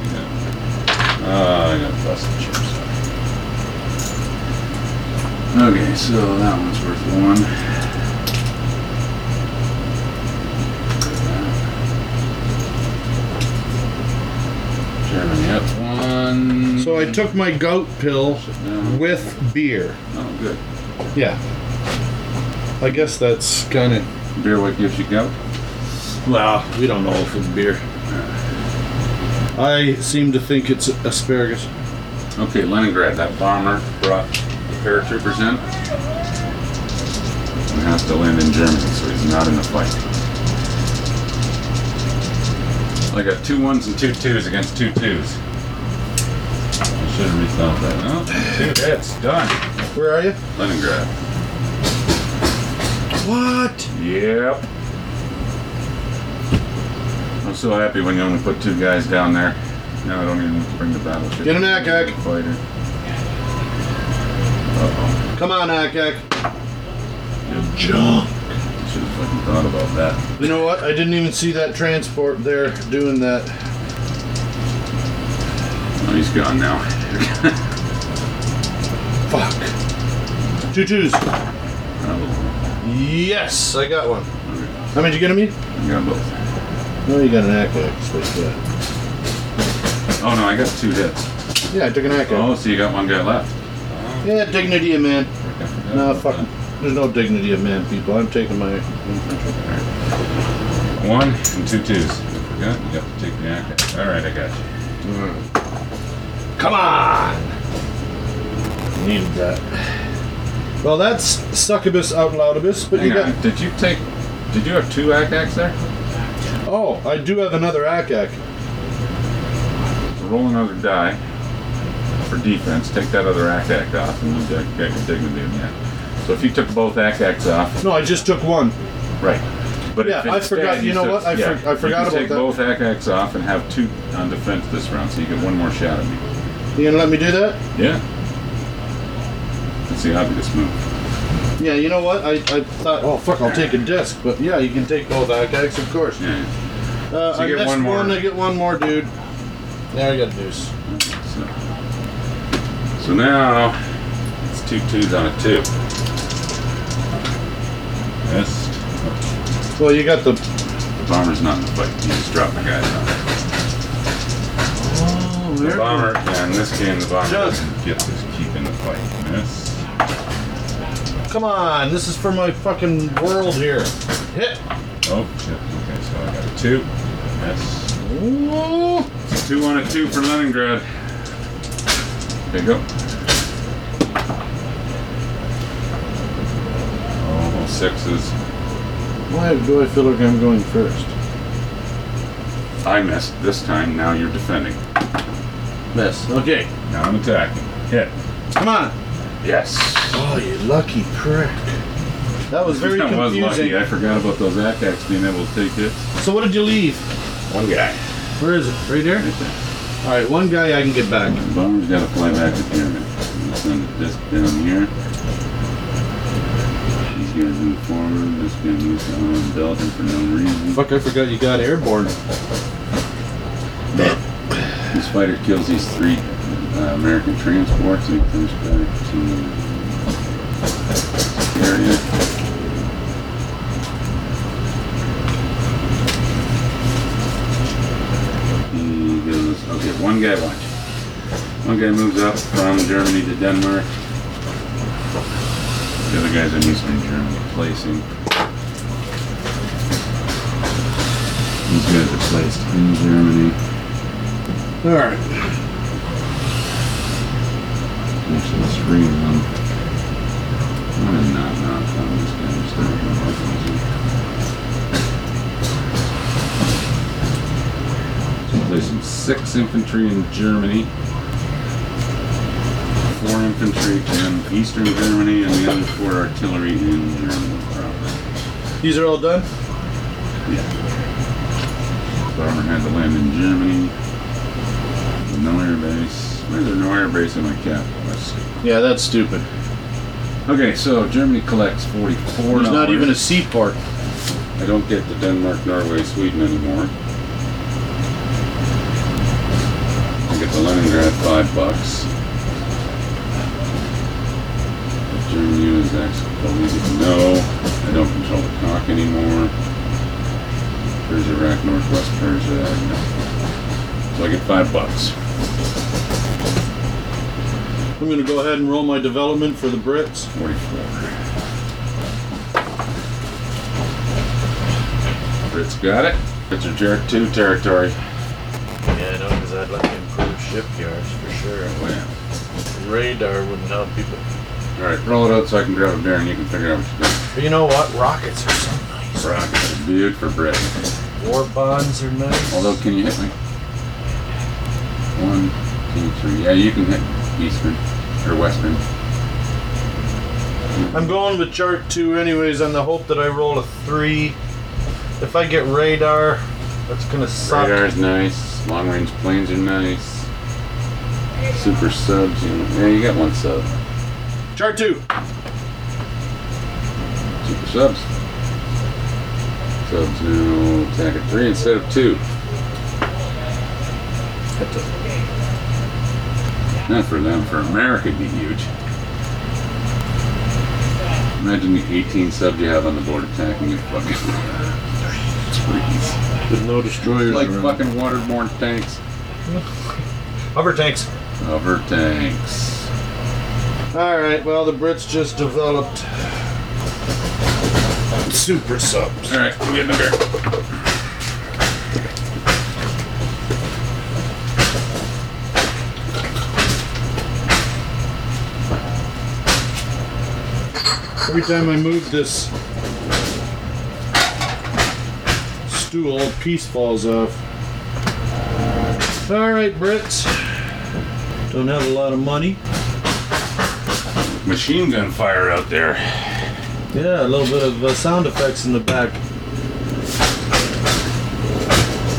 A: Uh, I got busted chips. Okay, so that one's worth one. German, yep. One.
B: So I took my gout pill
A: No.
B: with beer.
A: Oh, good.
B: Yeah. I guess that's kind of.
A: Beer, what gives you gout?
B: Well, we don't know if it's beer. I seem to think it's asparagus.
A: Okay, Leningrad, that bomber brought the paratroopers in. And has to land in Germany, so he's not in the fight. I got two ones and two twos against two twos. I should have rethought that. Oh, two hits, done.
B: Where are you?
A: Leningrad.
B: What?
A: Yep. I'm so happy when you only put two guys down there. Now I don't even have to bring the battleship.
B: Get an ack-ack.
A: Fighter. Uh-oh.
B: Come on, Akak.
D: Jump.
A: Should have fucking thought about that.
B: You know what? I didn't even see that transport there doing that.
A: Oh, he's gone now.
B: Fuck. Two twos.
A: I
B: Yes, I got one. How many did you get me?
A: got both.
B: No, you got an Akak. Sweet, yeah.
A: Oh no, I got two hits.
B: yeah, I took an Akak.
A: Oh, so you got one guy left.
B: Yeah, dignity of man.
A: I forgot
B: No,
A: about
B: fuck. There's no dignity of man, people. I'm taking my.
A: that. One and two twos. I forgot. You got to take the act. All right, I got you.
B: Come on!
D: Needed that.
B: Well, that's succubus out loudibus, but you
A: Hang on.
B: got.
A: Did you take? Did you have two act there?
B: Oh, I do have another Akak.
A: Roll another die for defense. Take that other act act off, and you got got your dignity again. So if you took both act acts off,
B: No, I just took one.
A: Right. But
B: Yeah,
A: if
B: I
A: instead
B: forgot- you know
A: took-
B: what? I
A: yeah,
B: for- I forgot
A: you
B: about
A: can take
B: that.
A: both axe off and have two on defense this round, so you get one more shot at me.
B: You gonna let me do that?
A: Yeah. That's the obvious move.
B: Yeah, you know what? I, I thought, oh fuck, I'll take a disc, but yeah, you can take both Akags, of course.
A: Yeah.
B: Uh,
A: So you
B: I
A: get
B: missed
A: one more.
B: I get one more, dude. Now I got deuce.
A: So, so now it's two twos on a two. Yes.
B: Well, you got the.
A: The bomber's not in the fight. You just dropped the guy. down.
B: Oh,
A: The bomber, yeah, in this game, the bomber
B: Just-
A: doesn't get to keep in the fight. Yes.
B: Come on, this is for my fucking world here. Hit.
A: Oh, shit. Okay, so I got a two. Yes.
B: Ooh.
A: It's two on a two for Leningrad. There you go. Oh, sixes.
B: Why do I feel like I'm going first?
A: I missed this time. Now you're defending.
B: Miss. Okay.
A: Now I'm attacking. Hit.
B: Come on.
A: Yes.
D: Oh, you lucky prick.
B: That was very
A: that was
B: confusing.
A: lucky. I forgot about those attacks being able to take
E: eh?
A: hits.
B: So what did you leave?
A: One guy.
B: Where is it? Right there.
A: Right there.
B: All right, one guy I can get back.
A: Bomber's got to fly back to pyramid. I'm gonna send this down here. He's gonna move forward. This gonna move on Belgium for no reason.
B: Fuck, I forgot you got airborne.
A: This fighter kills these three uh, American transports and he comes back to the area. He goes, okay, one guy, watch. One guy moves up from Germany to Denmark. The other guy's in Eastern Germany placing. These guys are placed in Germany.
B: All right.
A: Actually, it's three of them. I'm gonna not knock on this guy. Just gonna go up and see. So There's some six infantry in Germany, four infantry in eastern Germany, and the other four artillery in Germany proper.
B: These are all done.
A: Yeah. Bomber had to land in Germany. No air base. Where's there no air base in my capital? Let's see.
B: Yeah, that's stupid.
A: Okay, so Germany collects forty-four.
B: There's not even a seaport.
A: I don't get the Denmark, Norway, Sweden anymore. I get the Leningrad five bucks. Germany is actually believe it no. I don't control the cock anymore. Persia, Iraq, Northwest Persia. no. So I get five bucks.
B: I'm gonna go ahead and roll my development for the Brits.
A: Forty-four. Brits got it. Brits are jerk two territory.
E: Yeah, I know, because I'd like to improve shipyards for sure.
A: Oh, yeah.
E: Radar wouldn't help people.
A: All right, roll it out so I can grab a beer and you can figure out what you're doing.
E: But you know what? Rockets are so nice.
A: Rock, dude, for Brit.
E: War bonds are nice.
A: Although, can you hit me? One, two, three. Yeah, you can hit Eastern or Western.
B: I'm going with chart two anyways on the hope that I roll a three. If I get radar, that's gonna suck.
A: Radar's nice. Long range planes are nice. Super subs. You know, yeah, you got one sub.
B: Chart two.
A: Super subs. Subs now attack at three instead of two. Not for them, for America it'd be huge. Imagine the 18 subs you have on the board attacking your fucking trees.
B: With no destroyers
A: Like
B: around.
A: fucking waterborne tanks.
B: Hover tanks.
A: Hover tanks.
B: All right. Well, the Brits just developed super subs.
A: Alright, I'm getting a beer.
B: Every time I move this stool, a piece falls off. All right, Brits. Don't have a lot of money.
A: Machine gun fire out there.
B: Yeah, a little bit of uh, sound effects in the back.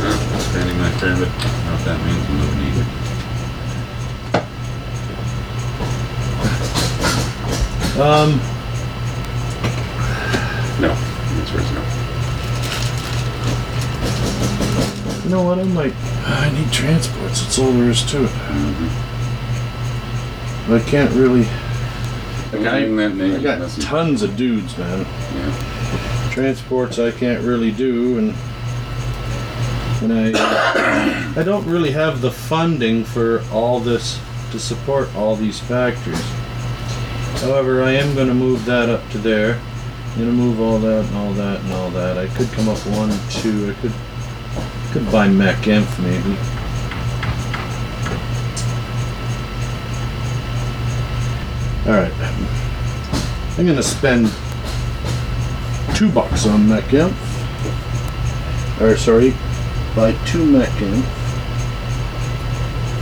A: Uh, Expanding my pyramid. Not if that means we don't need it.
B: Um,
A: No. That's where it's no.
D: You know what? I'm like,
B: "Ah,
D: I need transports. That's all there is to it. But I can't really.
A: Everything that
D: I
A: name
D: got
A: doesn't-
D: tons of dudes, man.
A: yeah.
D: transports I can't really do, and and I
B: I don't really have the funding for all this to support all these factories. However, I am going to move that up to there. I'm going to move all that and all that and all that. I could come up one, two. I could could buy mech Inf maybe.
D: all right. I'm gonna spend two bucks on mech imp. Or sorry, buy two mech imp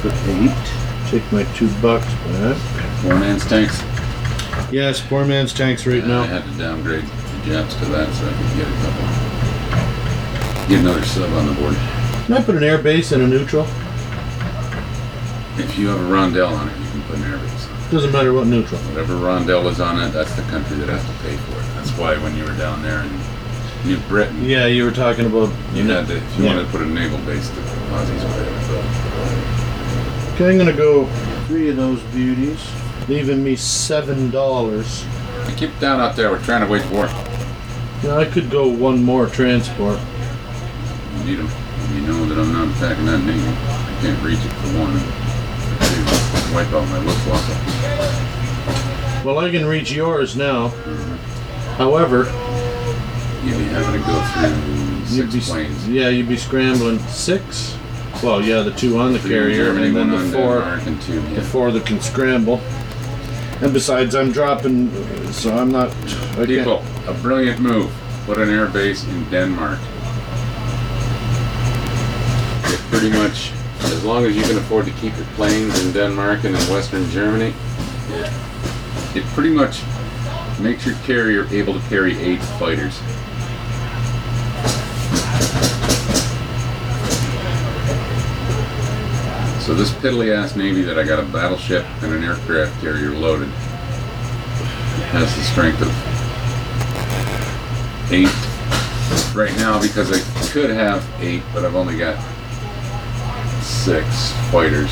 D: for eight. Take my two bucks back.
A: Poor man's tanks.
B: Yes, poor man's tanks right
A: I
B: now.
A: had to downgrade the jets to that so I could get a couple. Get another sub on the board.
B: Can I put an air base in a neutral?
A: If you have a rondel on it, you can put an airbase on it.
B: Doesn't matter what neutral.
A: Whatever rondel is on it, that's the country that has to pay for it. That's why when you were down there in New Britain,
B: Yeah, you were talking about
A: you had to, if you
B: Yeah.
A: wanted to put a naval base, the Aussies would have built.
D: Okay, I'm gonna go three of those beauties, leaving me seven dollars.
A: I keep down out there. We're trying to wage war.
D: Yeah, I could go one more transport.
A: You need 'em. You know that I'm not attacking that name. I can't reach it for one. Two, wipe out my lip loss.
D: Well, I can reach yours now. However,
A: You'd be having to go through
D: you'd be
A: six planes.
D: yeah, you'd be scrambling six. Well, yeah, the two on the
A: Three in
D: carrier
A: Germany,
D: and then
A: one
D: the
A: on
D: four,
A: Denmark, and two
D: the
A: here.
D: four that can scramble. And besides, I'm dropping, so I'm not. I
A: People, a brilliant move. Put an air base in Denmark. It pretty much, as long as you can afford to keep your planes in Denmark and in Western Germany, it, it pretty much makes your carrier able to carry eight fighters. So this piddly ass navy that I got a battleship and an aircraft carrier loaded has the strength of eight right now because I could have eight, but I've only got six fighters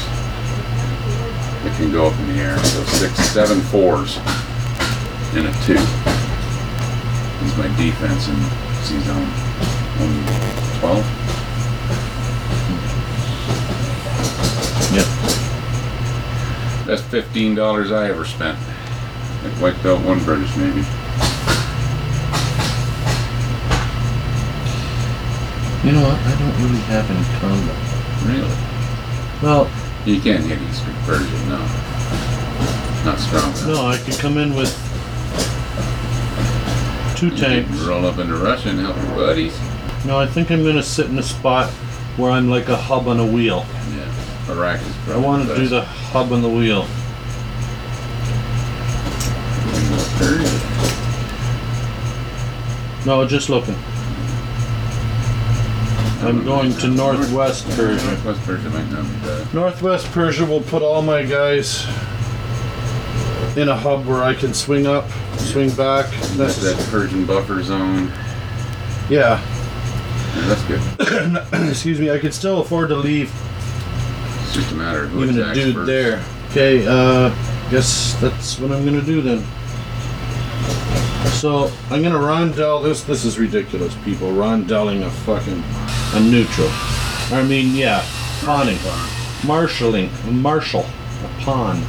A: that can go up in the air. So six, seven fours and a two is my defense in C zone. Only 12.
D: Can't, yeah.
A: That's $15 I ever spent. It wiped out one British Navy.
D: You know what? I don't really have any combat.
A: Really?
D: Well,
A: You can't hit Eastern Persian, no. Not strong enough.
B: No, I could come in with two
A: You can
B: tanks.
A: Roll up into Russia and help your buddies.
B: No, I think I'm gonna sit in a spot where I'm like a hub on a wheel.
A: Yeah, Iraq is
B: I
A: probably
B: want to do
A: best.
B: the hub on the wheel. No, just looking. I'm going to Northwest Persia.
A: Northwest Persia might not be bad.
B: Northwest Persia will put all my guys in a hub where I can swing up, swing back.
A: That's
B: That's
A: that Persian buffer zone.
B: Yeah.
A: Yeah, that's good.
B: Excuse me. I could still afford to leave
A: It's just a matter of who
B: even a
A: attacks
B: dude
A: first.
B: there. Okay, uh, guess that's what I'm gonna do then. So I'm gonna rondel this. This is ridiculous, people. Rondelling a fucking a neutral. I mean, yeah, pawning, marshaling, a marshal, a pawn.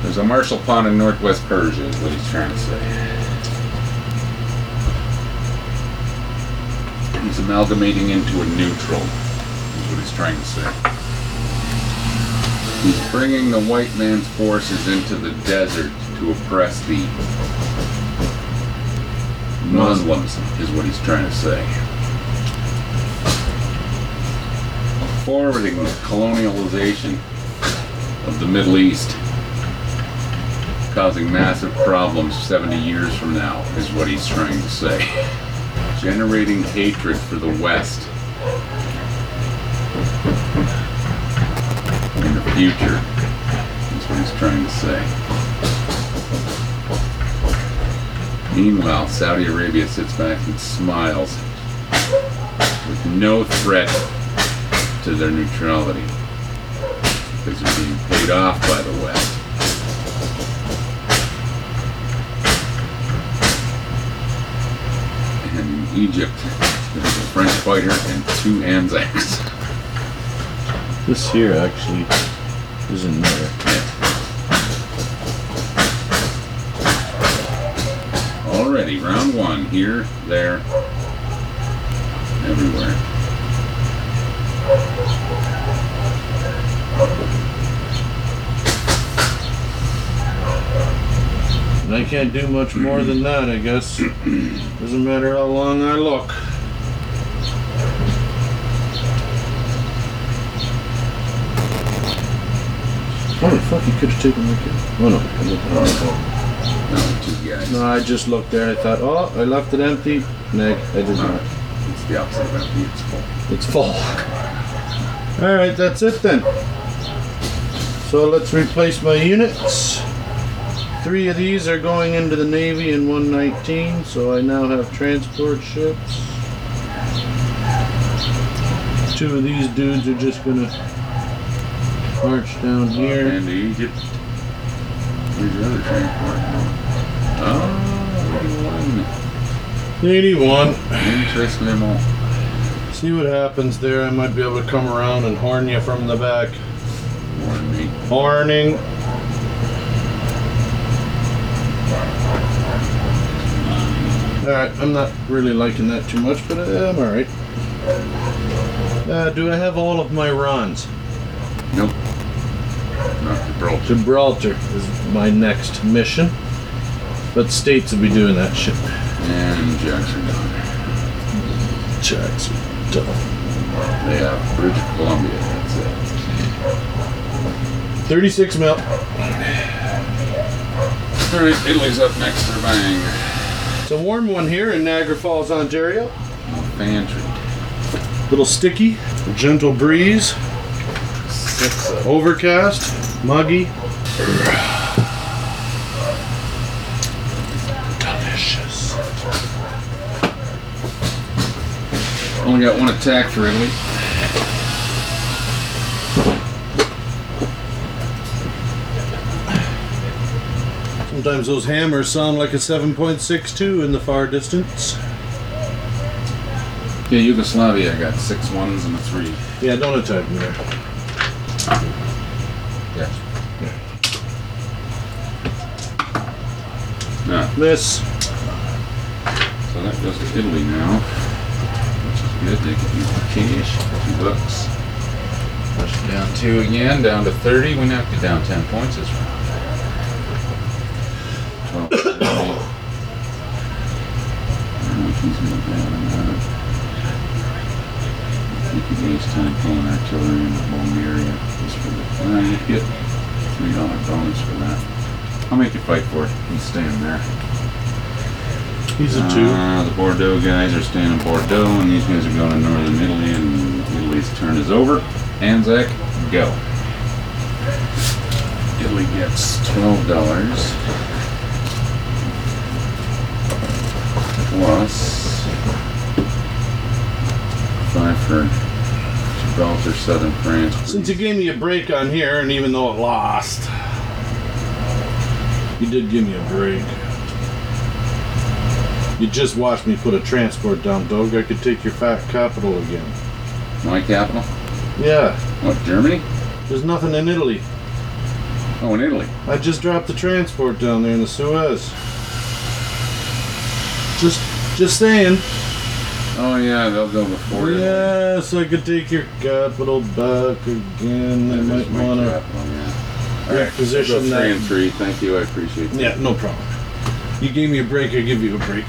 A: There's a Marshall Pond in Northwest Persia, is what he's trying to say. He's amalgamating into a neutral, is what he's trying to say. He's bringing the white man's forces into the desert to oppress the Muslims, is what he's trying to say. Forwarding the colonialization of the Middle East causing massive problems 70 years from now, is what he's trying to say. Generating hatred for the West in the future, is what he's trying to say. Meanwhile, Saudi Arabia sits back and smiles with no threat to their neutrality because they're being paid off by the West. And in Egypt, there's a French fighter and two Anzacs.
B: This here actually isn't there.
A: Already, round one, here, there, everywhere.
B: And I can't do much more than that, I guess. Doesn't matter how long I look. Why Oh, the fuck you could have taken my kid? Oh no, I looked at it.
A: No, two guys.
B: Oh, No, I just looked there and I thought, oh, I left it empty. Nick, I did not.
A: It's the opposite of empty. It's full.
B: It's full. Alright, that's it then. So let's replace my units. Three of these are going into the Navy in 119, so I now have transport ships. Two of these dudes are just gonna march down here.
A: And to Egypt. Where's the other transport? Oh,
B: 81.
A: interesting.
B: See what happens there. I might be able to come around and horn you from the back.
A: Warn me.
B: Horning. Alright, I'm not really liking that too much, but uh, I'm alright. Uh, do I have all of my Rons?
A: Nope. Not the bro.
B: Gibraltar is my next mission. But states will be doing that shit.
A: And Jackson down there.
B: Jackson. Tough.
A: They have British Columbia. That's it.
B: 36 mil.
A: All right, Italy's up next. They're buying
B: It's a warm one here in Niagara Falls, Ontario.
A: Pantry.
B: Little sticky, gentle breeze,
F: Six of
B: overcast, muggy. Delicious.
A: Only got one attack for Italy.
B: Sometimes those hammers sound like a 7.62 in the far distance.
A: Yeah, Yugoslavia got six ones and a three.
B: Yeah, don't attack me there.
A: Yes. No,
B: Miss.
A: so that goes to Italy now. Which is good. They can use the cash, two bucks. Push it down two again, down to 30. We knocked it down 10 points this round. 12, 30. I don't know if he's gonna go down or not. I think he needs time pulling artillery into Bulgaria just for the flag. Yep. Three dollar bonus for that. I'll make you fight for it. He's staying there.
B: He's a two.
A: Uh, the Bordeaux guys are staying in Bordeaux, and these guys are going to northern Italy, and Italy's turn is over. Anzac, go. Italy gets twelve dollars plus five for Gibraltar, Southern France.
B: Since you gave me a break on here, and even though it lost, you did give me a break. You just watched me put a transport down, dog. I could take your fat capital again.
A: My capital?
B: Yeah,
A: What? Germany?
B: there's nothing in Italy.
A: Oh, in Italy.
B: I just dropped the transport down there in the Suez. Just, just saying.
A: Oh yeah, they'll go before. Italy.
B: Yes, I could take your capital back again. I
A: That
B: might
A: is my
B: want to
A: capital, yeah. Go
B: requisition
A: three
B: that.
A: and three. Thank you. I appreciate that.
B: Yeah, no problem. You gave me a break. I give you a break.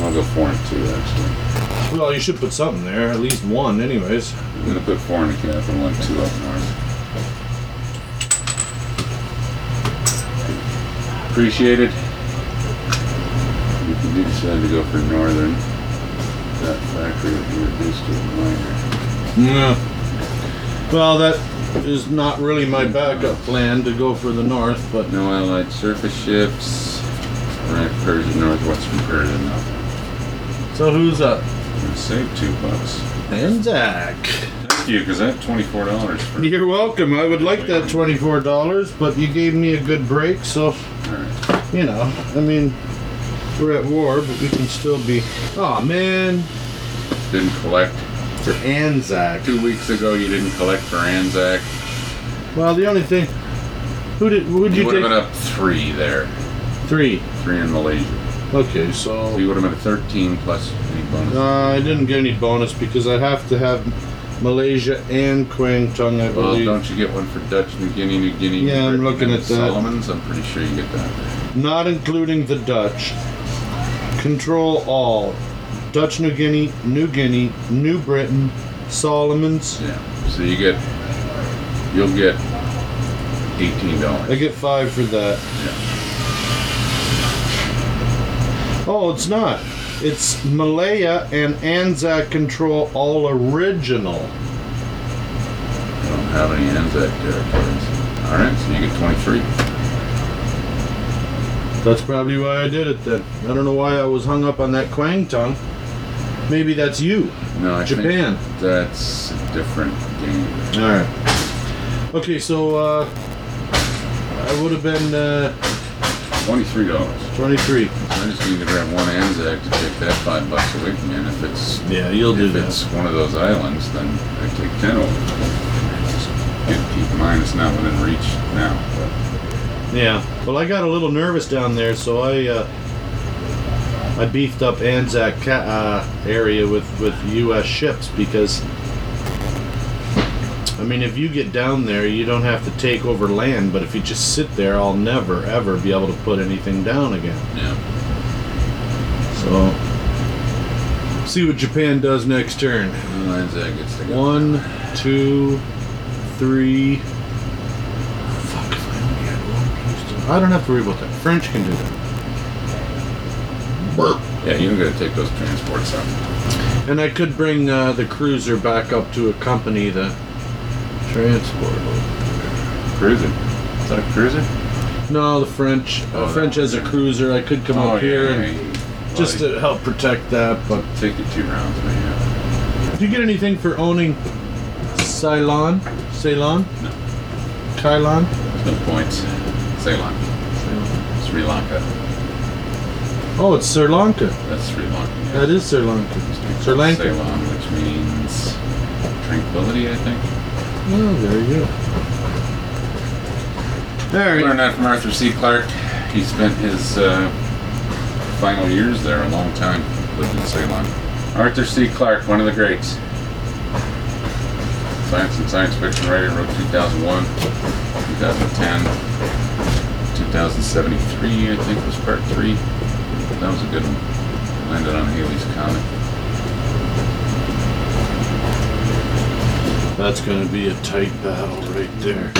A: I'll go four and two actually.
B: Well, you should put something there, at least one, anyways.
A: I'm gonna put four in the capital and two up north. Appreciate it. If you do decide to go for northern, that factory will be reduced to a minor.
B: Yeah. Well, that is not really my backup plan to go for the north, but
A: No allied surface ships. Rank Persia northwestern Persia nothing.
B: so who's up?
A: Gonna save two bucks.
B: Anzac.
A: That's ask you because I have twenty-four dollars for.
B: You're welcome. I would like that twenty-four dollars, but you gave me a good break, so
A: Alright.
B: you know. I mean, we're at war, but we can still be. Oh man,
A: Didn't collect.
B: for Anzac.
A: Two weeks ago, you didn't collect for Anzac.
B: Well, the only thing. Who did? Who'd
A: You
B: you
A: would have been
B: take?
A: up three there,
B: Three.
A: three in Malaysia.
B: Okay,
A: So
B: so
A: you would have been at thirteen plus any bonus.
B: uh, I didn't get any bonus because I'd have to have Malaysia and Kwangtung, I
A: Well,
B: believe.
A: don't you get one for Dutch New Guinea, New Guinea?
B: Yeah, I'm
A: Britain,
B: looking
A: and
B: at that.
A: Solomons. I'm pretty sure you get that.
B: not including the Dutch. Control all. Dutch New Guinea, New Guinea, New Britain, Solomons.
A: Yeah. So you get, you'll get eighteen
B: I
A: dollars.
B: get five for that. Oh, it's not. It's Malaya and Anzac Control all original.
A: I don't have any Anzac territories. All right, so you get twenty-three.
B: That's probably why I did it then. I don't know why I was hung up on that Kwang tongue. Maybe that's you.
A: No, I
B: Japan.
A: Think that's a different game.
B: Alright. Okay, so uh, I would have been uh,
A: Twenty-three dollars.
B: 23.
A: I just need to grab one Anzac to take that five bucks away from you. And if it's
G: Yeah, you'll do
A: if
G: that.
A: it's one of those islands, then I take ten over. Just Get, keep in mind, it's not within reach now.
B: Yeah. Well, I got a little nervous down there, so I uh, I beefed up Anzac ca- uh, area with with U.S. ships because I mean, if you get down there, you don't have to take over land, but if you just sit there, I'll never ever be able to put anything down again.
A: But, yeah.
B: So see what Japan does next turn.
A: Well, Anzac gets to go.
B: One, two, three. Fuck, if I only had one piece to- I don't have to worry about that. French can do that. Burp.
A: Yeah, you don't got to take those transports out.
B: And I could bring uh, the cruiser back up to accompany the transport.
A: Cruiser. Is that a cruiser?
B: No, the French.
A: Oh,
B: Uh, French has a cruiser. I could come
A: oh,
B: up here
A: yeah,
B: and
A: yeah, yeah.
B: just
A: Well,
B: to help protect that. But
A: you take your two rounds, man.
B: do you get anything for owning Ceylon? Ceylon?
A: No.
B: Ceylon?
A: There's no points. Ceylon. Sri Lanka.
B: Oh, it's Sri Lanka.
A: That's Sri Lanka. yeah.
B: That is Sri Lanka. Sri Lanka.
A: Ceylon, which means tranquility, I think.
B: Oh, there you go. All right.
A: Learned that from Arthur C. Clarke. He spent his uh, final years there a long time, lived in Ceylon. Arthur C. Clarke, one of the greats. Science and science fiction writer, wrote 2001, 2010, 2073, I think was part three. That was a good one. Landed on Haley's Comet.
B: That's gonna be a tight battle right there.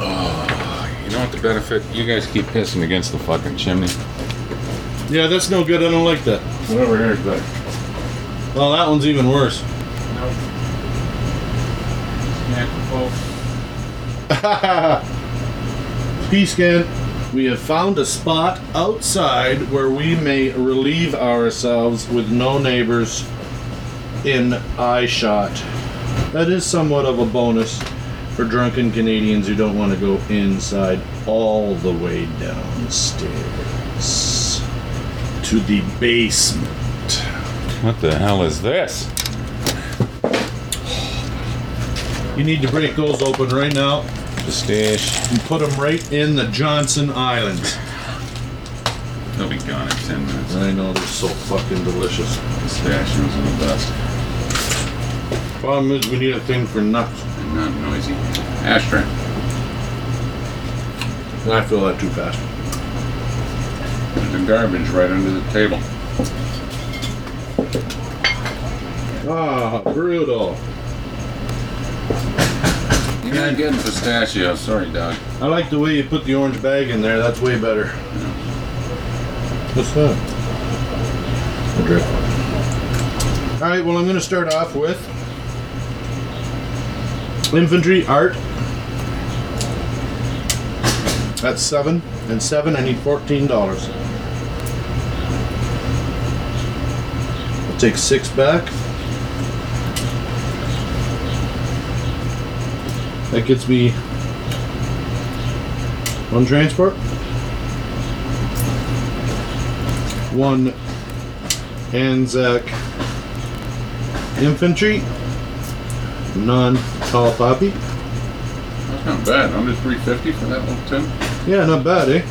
A: Ah, You know what the benefit? You guys keep pissing against the fucking chimney.
B: Yeah, that's no good. I don't like that.
A: Whatever, here's better.
B: Well, that one's even worse. Peace, scan. We have found a spot outside where we may relieve ourselves with no neighbors in eye shot. That is somewhat of a bonus for drunken Canadians who don't want to go inside all the way downstairs to the basement.
A: What the hell is this?
B: You need to break those open right now
A: Pistache.
B: and put them right in the Johnson Islands.
A: They'll be gone in 10 minutes.
B: I know they're so fucking delicious.
A: Pistachios are the best
B: Problem is, we need a thing for nuts.
A: and not noisy. Ashtray.
B: And I feel that too fast.
A: There's the garbage right under the table.
B: Ah, brutal.
A: You're not getting pistachios. Sorry, Doug.
B: I like the way you put the orange bag in there. That's way better. What's that? A drip. All right. Well, I'm going to start off with infantry art. That's seven and seven. I need fourteen dollars. I'll take six back. That gets me one transport, one Anzac infantry, non tall poppy.
A: That's not bad. I'm just 350 for that one too.
B: Yeah, not bad, eh?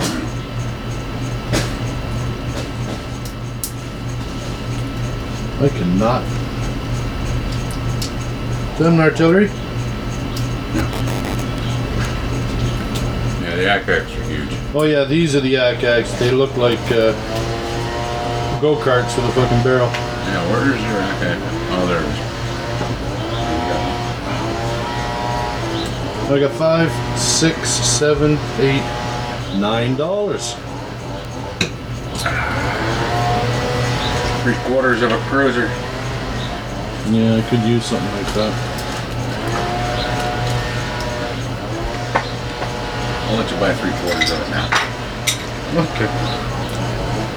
D: I cannot. Seven artillery.
A: Yeah, the Acax are huge.
B: Oh yeah, these are the Akax. They look like uh, go karts with a fucking barrel.
A: Yeah, where's your Acax? Oh, there it
B: I got five, six, seven, eight, nine dollars.
A: is. Three quarters of a cruiser.
B: Yeah, I could use something like that.
A: I'll let you buy three quarters of it now.
D: Okay.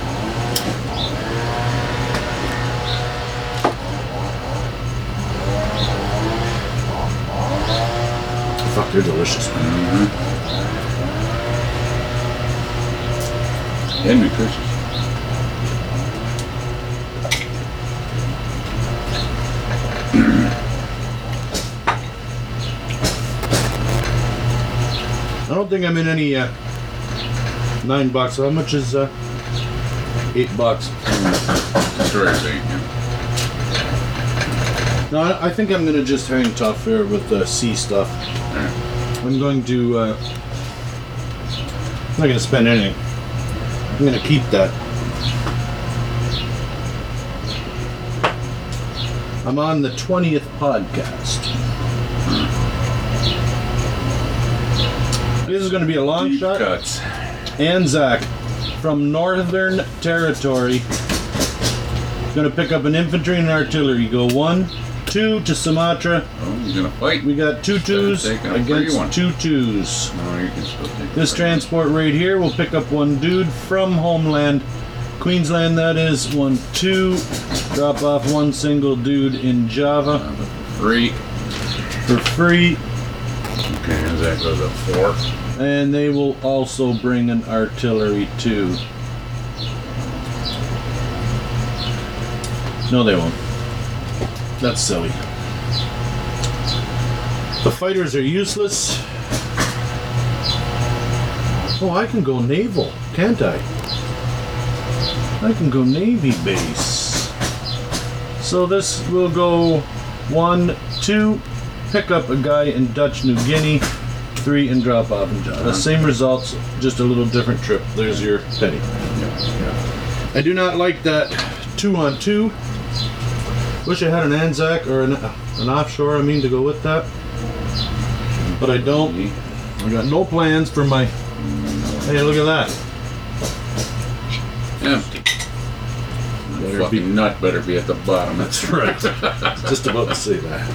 B: Fuck, they're delicious.
A: And nutritious.
B: I don't think I'm in any uh, nine bucks. How much is uh, eight bucks?
A: Destroyer thing.
B: No, I I think I'm gonna just hang tough here with the sea stuff. I'm going to. Uh, I'm not gonna spend anything. I'm gonna keep that. I'm on the twentieth podcast. This is gonna be a long
A: Deep
B: shot.
A: cuts.
B: Anzac from Northern Territory. Gonna pick up an infantry and artillery. Go one, two to Sumatra.
A: Oh, he's gonna fight.
B: We got two twos
A: Take a free one.
B: against two twos.
A: No, you can still take
B: This
A: it.
B: transport right here will pick up one dude from homeland, Queensland. That is one two. Drop off one single dude in Java
A: Three.
B: for free,
A: Okay, as that goes up four.
B: and they will also bring an artillery too. No, they won't. That's silly. The fighters are useless. Oh, I can go naval, can't I? I can go navy base. So this will go one, two, pick up a guy in Dutch New Guinea, three, and drop off in Java. Same results, just a little different trip. There's your penny. I do not like that two on two. Wish I had an Anzac or an, an offshore, I mean, to go with that. But I don't. I got no plans for my. Hey, look at that.
A: Empty.
B: Better
A: Fucking
B: be-
A: nut better be at the bottom. That's
B: right. Just about to say that.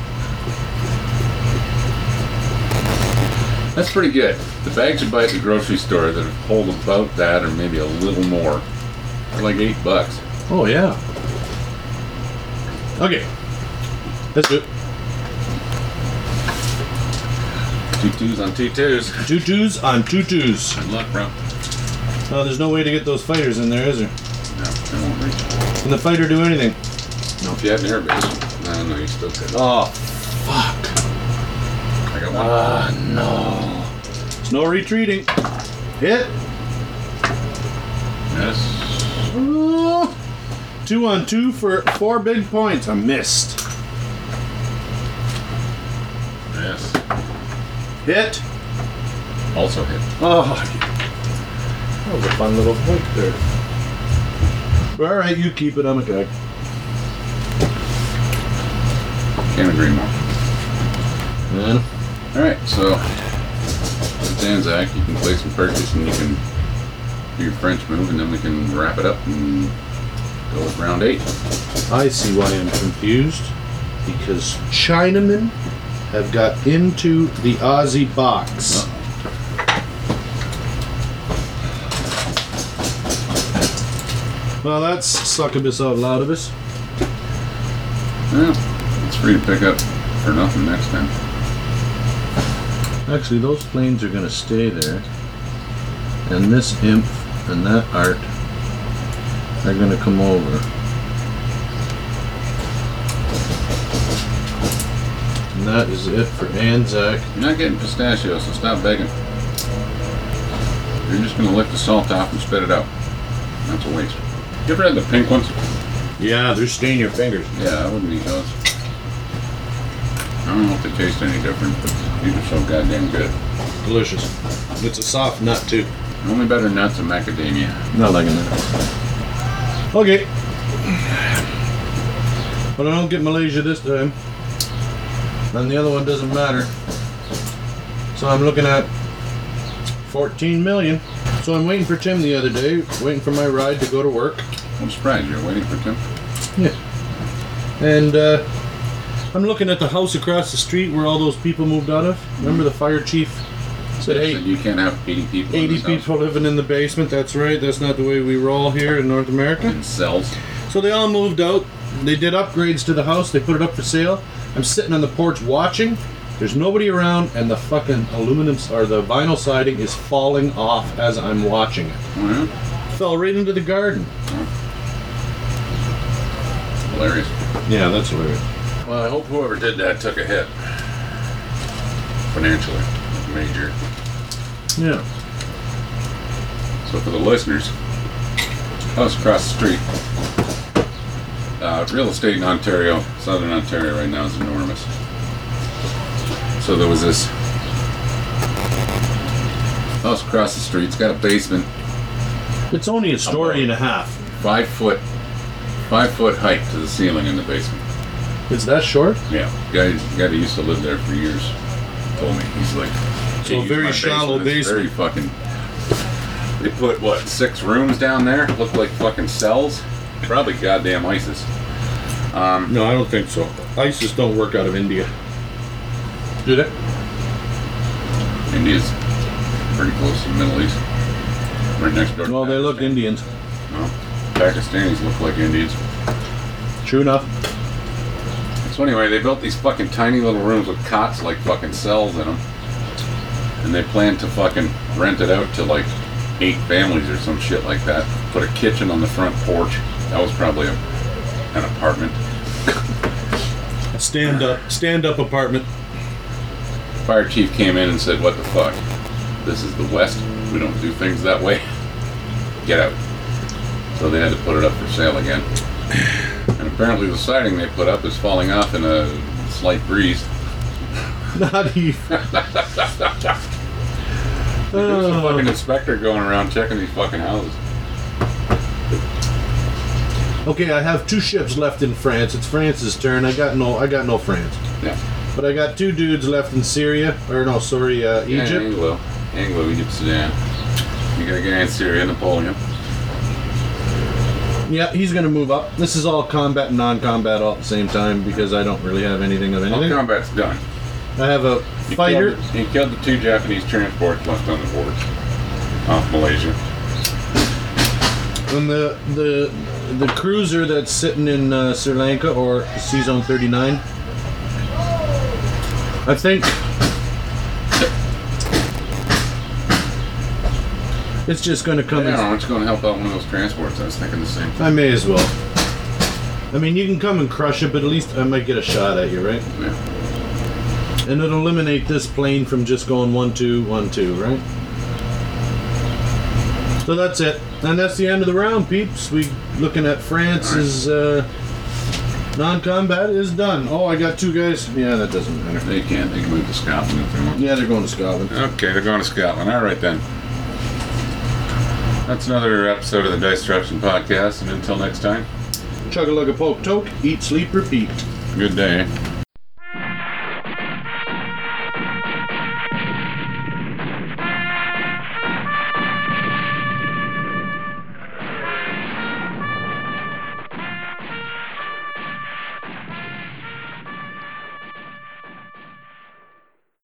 A: That's pretty good. The bags you buy at the grocery store that hold about that or maybe a little more. They're like eight bucks.
B: Oh, yeah. Okay. Let's do it.
A: Two twos on two twos.
B: Two twos on two twos.
A: Good luck, bro.
B: Oh, there's no way to get those fighters in there, is there?
A: No, I won't reach.
B: Can the fighter do anything?
A: No, if you had an airbase. No, no, you still could.
B: Oh,
A: I got one.
B: Uh, it's no retreating. Hit.
A: yes.
B: Oh, Two on two for four big points. I missed.
A: Yes.
B: Hit.
A: Also hit.
B: Oh,
D: That was a fun little point there.
B: all right, you keep it. I'm a guy.
A: Can't agree more.
B: Yeah.
A: Alright, so it's Anzac. You can play some purchase and you can do your French move and then we can wrap it up and go with round eight.
B: I see why I'm confused. Because Chinamen have got into the Aussie box. Well, that's succubus out loud of us.
A: Well, it's free to pick up for nothing next time.
B: Actually, those planes are gonna stay there. And this imp and that art are gonna come over. And that is it for Anzac.
A: You're not getting pistachios, so stop begging. You're just gonna lick the salt off and spit it out. That's a waste. You ever had the pink ones?
H: Yeah, they're staining your fingers.
A: Yeah, I wouldn't eat those. I don't know if they taste any different, but these are so goddamn good.
H: Delicious. It's a soft nut too.
A: The only better nuts are macadamia.
B: Not liking that.
H: Okay. But I don't get Malaysia this time.
B: And the other one doesn't matter. So I'm looking at 14 million. So I'm waiting for Tim the other day, waiting for my ride to go to work.
A: I'm surprised you're waiting for Tim.
B: And uh, I'm looking at the house across the street where all those people moved out of. Remember the fire chief said,
A: They
B: hey,
A: said you can't have 80 people. in
B: 80
A: this house
B: people living in the basement. That's right. That's not the way we roll here in North America.
A: in cells.
B: So they all moved out. They did upgrades to the house. They put it up for sale. I'm sitting on the porch watching. There's nobody around, and the fucking aluminum s- or the vinyl siding is falling off as I'm watching it.
A: Well,
B: Fell right into the garden.
A: hilarious.
B: Yeah, that's weird.
A: Well, I hope whoever did that took a hit financially, major.
B: Yeah.
A: So for the listeners, house across the street. Uh, real estate in Ontario, southern Ontario right now is enormous. So there was this house across the street. It's got a basement,
B: It's only a story and a half.
A: five foot, five foot height to the ceiling in the basement.
B: It's that short?
A: Yeah, guy, guy that used to live there for years told me he's like,
B: So
A: "Geez,
B: very
A: my
B: shallow
A: is Very fucking. They put what six rooms down there? Look like fucking cells. Probably goddamn ISIS.
H: No, I don't think so. ISIS don't work out of India.
B: Did it?
A: India's pretty close to the Middle East. Right next door. to
B: Well, they look
A: Pakistan.
B: Indians.
A: No, Pakistanis look like Indians.
B: True enough.
A: So anyway, they built these fucking tiny little rooms with cots like fucking cells in them, and they plan to fucking rent it out to like eight families or some shit like that. Put a kitchen on the front porch. That was probably a, an apartment.
H: A stand up, stand up apartment.
A: Fire chief came in and said, "What the fuck? This is the West. We don't do things that way. Get out." So they had to put it up for sale again. And apparently, the siding they put up is falling off in a slight breeze.
B: Not even.
A: There's
B: Oh.
A: a fucking inspector going around checking these fucking houses.
B: Okay, I have two ships left in France. It's France's turn. I got no. I got no France.
A: Yeah.
B: But I got two dudes left in Syria, or no, sorry, uh,
A: Yeah,
B: Egypt.
A: Anglo. Anglo, Egypt, Sudan. You gotta get in Syria, Napoleon.
B: Yeah, he's gonna move up. This is all combat and non-combat all at the same time because I don't really have anything of
A: All
B: anything.
A: combat's done.
B: I have a
A: He
B: fighter.
A: Killed, he killed the two Japanese transports left on the boards off Malaysia.
B: And the the the cruiser that's sitting in uh, Sri Lanka or Sea Zone 39. I think it's just going to
A: I
B: come.
A: don't
B: in.
A: know, it's gonna help out one of those transports. I was thinking the same thing.
B: I may as well. I mean, you can come and crush it, but at least I might get a shot at you, right?
A: Yeah.
B: And it'll eliminate this plane from just going one two one two, right? So that's it, and that's the end of the round, peeps. We looking at France's uh, non-combat is done. Oh, I got two guys. Yeah, that doesn't matter.
A: They can. They can move to Scotland if they want.
B: Yeah, they're going to Scotland.
A: Okay, they're going to Scotland. All right then. That's another episode of the Dice Disruption Podcast, and until next time,
B: Chug a lug a poke toke, eat sleep repeat.
A: good day.